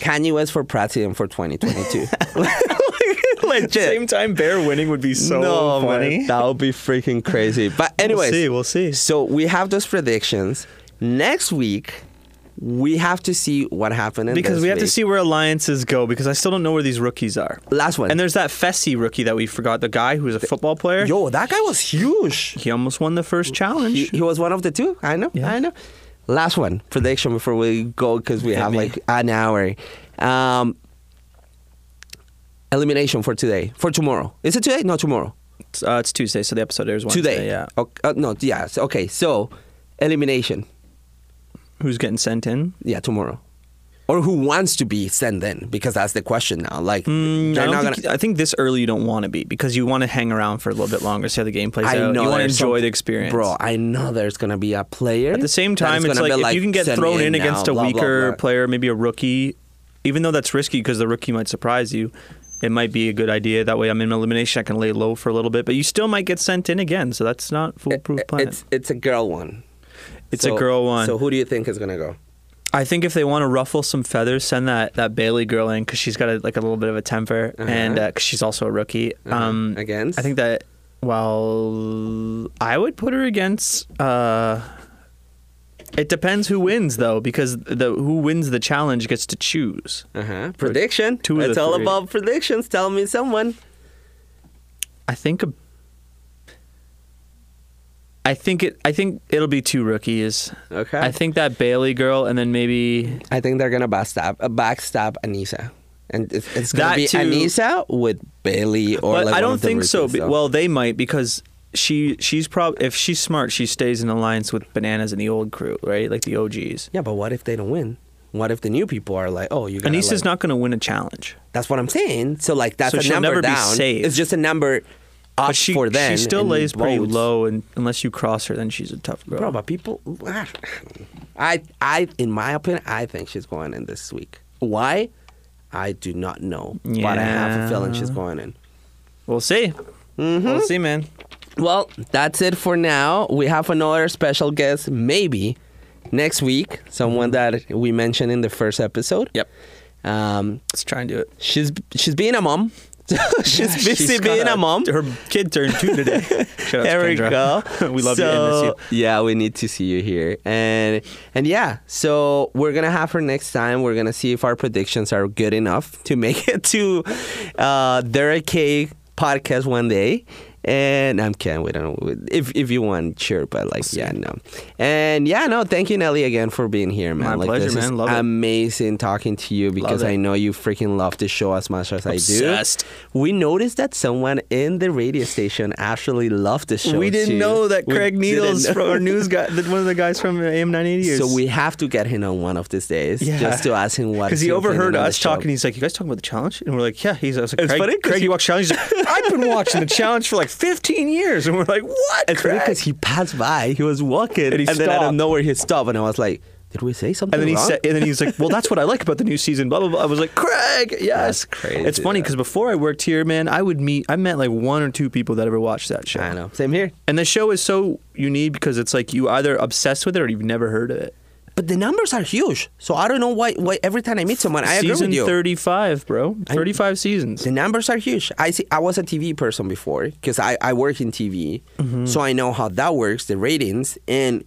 Speaker 1: Kanye West for president for 2022. Legit.
Speaker 2: Same time, Bear winning would be so
Speaker 1: no, man,
Speaker 2: funny.
Speaker 1: that would be freaking crazy. But anyways,
Speaker 2: see, we'll see.
Speaker 1: So we have those predictions. Next week, we have to see what happened. In
Speaker 2: because
Speaker 1: this
Speaker 2: we have to
Speaker 1: week.
Speaker 2: see where alliances go because I still don't know where these rookies are.
Speaker 1: Last one.
Speaker 2: And there's that Fessy rookie that we forgot, the guy who's a football player.
Speaker 1: Yo, that guy was huge.
Speaker 2: He almost won the first challenge.
Speaker 1: He, he was one of the two. I know.
Speaker 2: Yeah.
Speaker 1: I know. Last one prediction before we go because we
Speaker 2: Hit
Speaker 1: have
Speaker 2: me.
Speaker 1: like an hour. Um, elimination for today. For tomorrow. Is it today? No, tomorrow.
Speaker 2: It's, uh, it's Tuesday, so the episode airs Wednesday.
Speaker 1: today.
Speaker 2: yeah.
Speaker 1: Okay, uh, no. Yeah. so- Okay. So, elimination.
Speaker 2: Who's getting sent in?
Speaker 1: Yeah, tomorrow. Or who wants to be sent in? Because that's the question now. Like
Speaker 2: Mm,
Speaker 1: they're
Speaker 2: I, don't
Speaker 1: not
Speaker 2: think,
Speaker 1: gonna.
Speaker 2: I think this early you don't want to be because you want to hang around for a little bit longer, see how the game plays
Speaker 1: I
Speaker 2: out.
Speaker 1: know
Speaker 2: you want to
Speaker 1: there's
Speaker 2: enjoy
Speaker 1: some-
Speaker 2: the experience,
Speaker 1: bro. I know there's gonna be a player.
Speaker 2: At the same time, it's like, if you can get thrown in against a weaker player, maybe a rookie, even though that's risky because the rookie might surprise you. It might be a good idea. That way, I'm in elimination. I can lay low for a little bit, but you still might get sent in again. So that's not foolproof plan.
Speaker 1: It's it's a girl one.
Speaker 2: It's a girl one.
Speaker 1: So who do you think is gonna go?
Speaker 2: I think if they want to ruffle some feathers, send that, that Bailey girl in because she's got a, like a little bit of a temper, and uh, 'cause she's also a rookie. Um,
Speaker 1: Uh-huh. Against?
Speaker 2: I think that well, I would put her against. Uh, it depends who wins though, because the who wins the challenge gets to choose.
Speaker 1: Uh-huh. Prediction.
Speaker 2: two of
Speaker 1: it's
Speaker 2: the
Speaker 1: all
Speaker 2: three.
Speaker 1: about predictions. Tell me someone.
Speaker 2: I think a, I think it. I think it'll be two rookies.
Speaker 1: Okay.
Speaker 2: I think that Bailey girl, and then maybe
Speaker 1: I think they're gonna backstab, uh, backstab Anissa, and it's, it's gonna
Speaker 2: That
Speaker 1: be
Speaker 2: too.
Speaker 1: Anissa with Bailey or.
Speaker 2: but
Speaker 1: like
Speaker 2: I
Speaker 1: one
Speaker 2: don't
Speaker 1: of the
Speaker 2: think so.
Speaker 1: rookies,
Speaker 2: be- Well, they might because she she's prob if she's smart, she stays in alliance with bananas and the old crew, right? Like the OGs.
Speaker 1: yeah, but what if they don't win? What if the new people are like, oh, you got
Speaker 2: Anissa's
Speaker 1: like,
Speaker 2: not going to win a challenge,
Speaker 1: That's what I'm saying. So like, that's
Speaker 2: So
Speaker 1: a
Speaker 2: she'll
Speaker 1: number
Speaker 2: never be
Speaker 1: down.
Speaker 2: safe.
Speaker 1: It's just a number up
Speaker 2: but she
Speaker 1: for them.
Speaker 2: she still
Speaker 1: and
Speaker 2: lays pretty
Speaker 1: votes.
Speaker 2: low, and unless you cross her, then she's a tough girl.
Speaker 1: Bro, but people, I, I, in my opinion, I think she's going in this week. Why? I do not know, but I have a feeling she's
Speaker 2: Yeah.
Speaker 1: going in.
Speaker 2: We'll see. We'll see, man.
Speaker 1: Well, that's it for now. We have another special guest, maybe next week, someone that we mentioned in the first episode.
Speaker 2: Yep.
Speaker 1: Um,
Speaker 2: Let's try and do it.
Speaker 1: she's she's being a mom. she's busy being
Speaker 2: got
Speaker 1: a mom.
Speaker 2: Her kid turned two today. Shout out to
Speaker 1: There we go.
Speaker 2: Kendra. we love you and miss you.
Speaker 1: So, Yeah, we need to see you here. And and yeah, so we're gonna have her next time. We're gonna see if our predictions are good enough to make it to uh their K podcast one day. And I'm Ken. We don't. we- If if you want, sure. But like, yeah, no. And yeah, no. Thank you, Nelly, again for being here, man.
Speaker 2: My
Speaker 1: like,
Speaker 2: pleasure,
Speaker 1: this is
Speaker 2: man. Love it.
Speaker 1: amazing talking to you because
Speaker 2: it.
Speaker 1: I know you freaking love the show as much as
Speaker 2: Obsessed.
Speaker 1: I do. We noticed that someone in the radio station actually loved the show
Speaker 2: We didn't
Speaker 1: too.
Speaker 2: know that
Speaker 1: We
Speaker 2: Craig
Speaker 1: didn't
Speaker 2: Needles
Speaker 1: know.
Speaker 2: from our news guy, that one of the guys from AM 980. is-
Speaker 1: So we have to get him on one of these days,
Speaker 2: Yeah.
Speaker 1: just to ask him what.
Speaker 2: Because he
Speaker 1: his opinion
Speaker 2: overheard
Speaker 1: on the
Speaker 2: us
Speaker 1: show.
Speaker 2: talking, he's like, "You guys talking about the challenge?" And we're like, "Yeah." He's I was like,
Speaker 1: It's
Speaker 2: "Craig,
Speaker 1: funny 'cause
Speaker 2: Craig,
Speaker 1: he-
Speaker 2: you watch challenge?" He's like, "I've been watching the challenge for like 15 years," and we're like, "What?"
Speaker 1: It's
Speaker 2: Craig?
Speaker 1: because he passed by, he was walking, and,
Speaker 2: he
Speaker 1: then out of
Speaker 2: stopped.
Speaker 1: nowhere he stopped, and I was like, "Did we say something?"
Speaker 2: and then he
Speaker 1: wrong?
Speaker 2: said, and then he's like, "Well, that's what I like about the new season." Blah blah blah. I was like, "Craig,
Speaker 1: That's
Speaker 2: yes,
Speaker 1: crazy,
Speaker 2: It's funny
Speaker 1: though.
Speaker 2: because before I worked here, man, I would meet, I met like one or two people that ever watched that show.
Speaker 1: "I know." Same here.
Speaker 2: And the show is so unique because it's like you either obsessed with it or you've never heard of it.
Speaker 1: But the numbers are huge, so I don't know why. Why every time I meet someone, I agree
Speaker 2: Season
Speaker 1: with you.
Speaker 2: 35, bro. 35 seasons.
Speaker 1: The numbers are huge. I see. I was a TV person before because I, I work in TV,
Speaker 2: Mm-hmm.
Speaker 1: so I know how that works. The ratings and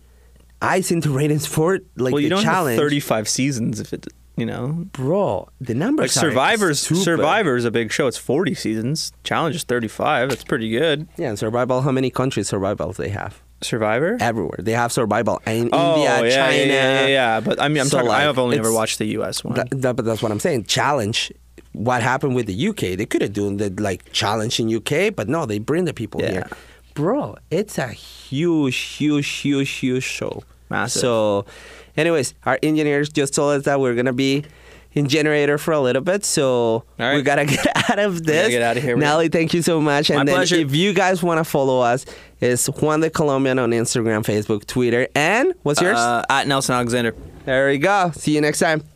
Speaker 1: I see the ratings for like
Speaker 2: well,
Speaker 1: the
Speaker 2: you don't
Speaker 1: challenge.
Speaker 2: have 35 seasons if it, you know.
Speaker 1: bro. The
Speaker 2: Like
Speaker 1: numbers are
Speaker 2: Survivor's
Speaker 1: stupid.
Speaker 2: Survivor's a big show. It's 40 seasons. Challenge is 35. That's pretty good.
Speaker 1: Yeah, and survival. How many countries survivals they have?
Speaker 2: Survivor?
Speaker 1: Everywhere they have survival in
Speaker 2: oh,
Speaker 1: India,
Speaker 2: yeah,
Speaker 1: China.
Speaker 2: Yeah, yeah, yeah, yeah. But I mean, I'm
Speaker 1: So,
Speaker 2: talking, I
Speaker 1: like,
Speaker 2: have only ever
Speaker 1: it's- uh,
Speaker 2: watched the US one.
Speaker 1: That, that- but that's what I'm saying. Challenge. What happened with the UK? They could have done the like challenge in UK, but no, they bring the people
Speaker 2: Yeah.
Speaker 1: here. Bro, it's a huge, huge, huge, huge show.
Speaker 2: Massive.
Speaker 1: So, anyways, our engineers just told us that we're gonna be in generator for a little bit, so
Speaker 2: right.
Speaker 1: we gotta get out of this.
Speaker 2: get out of here. We-
Speaker 1: Nally, thank you so much. And
Speaker 2: My
Speaker 1: then
Speaker 2: pleasure.
Speaker 1: if you guys wanna follow us, it's Juan the Colombian on Instagram, Facebook, Twitter, and what's yours?
Speaker 2: Uh, at Nelson Alexander.
Speaker 1: there we go. See you next time.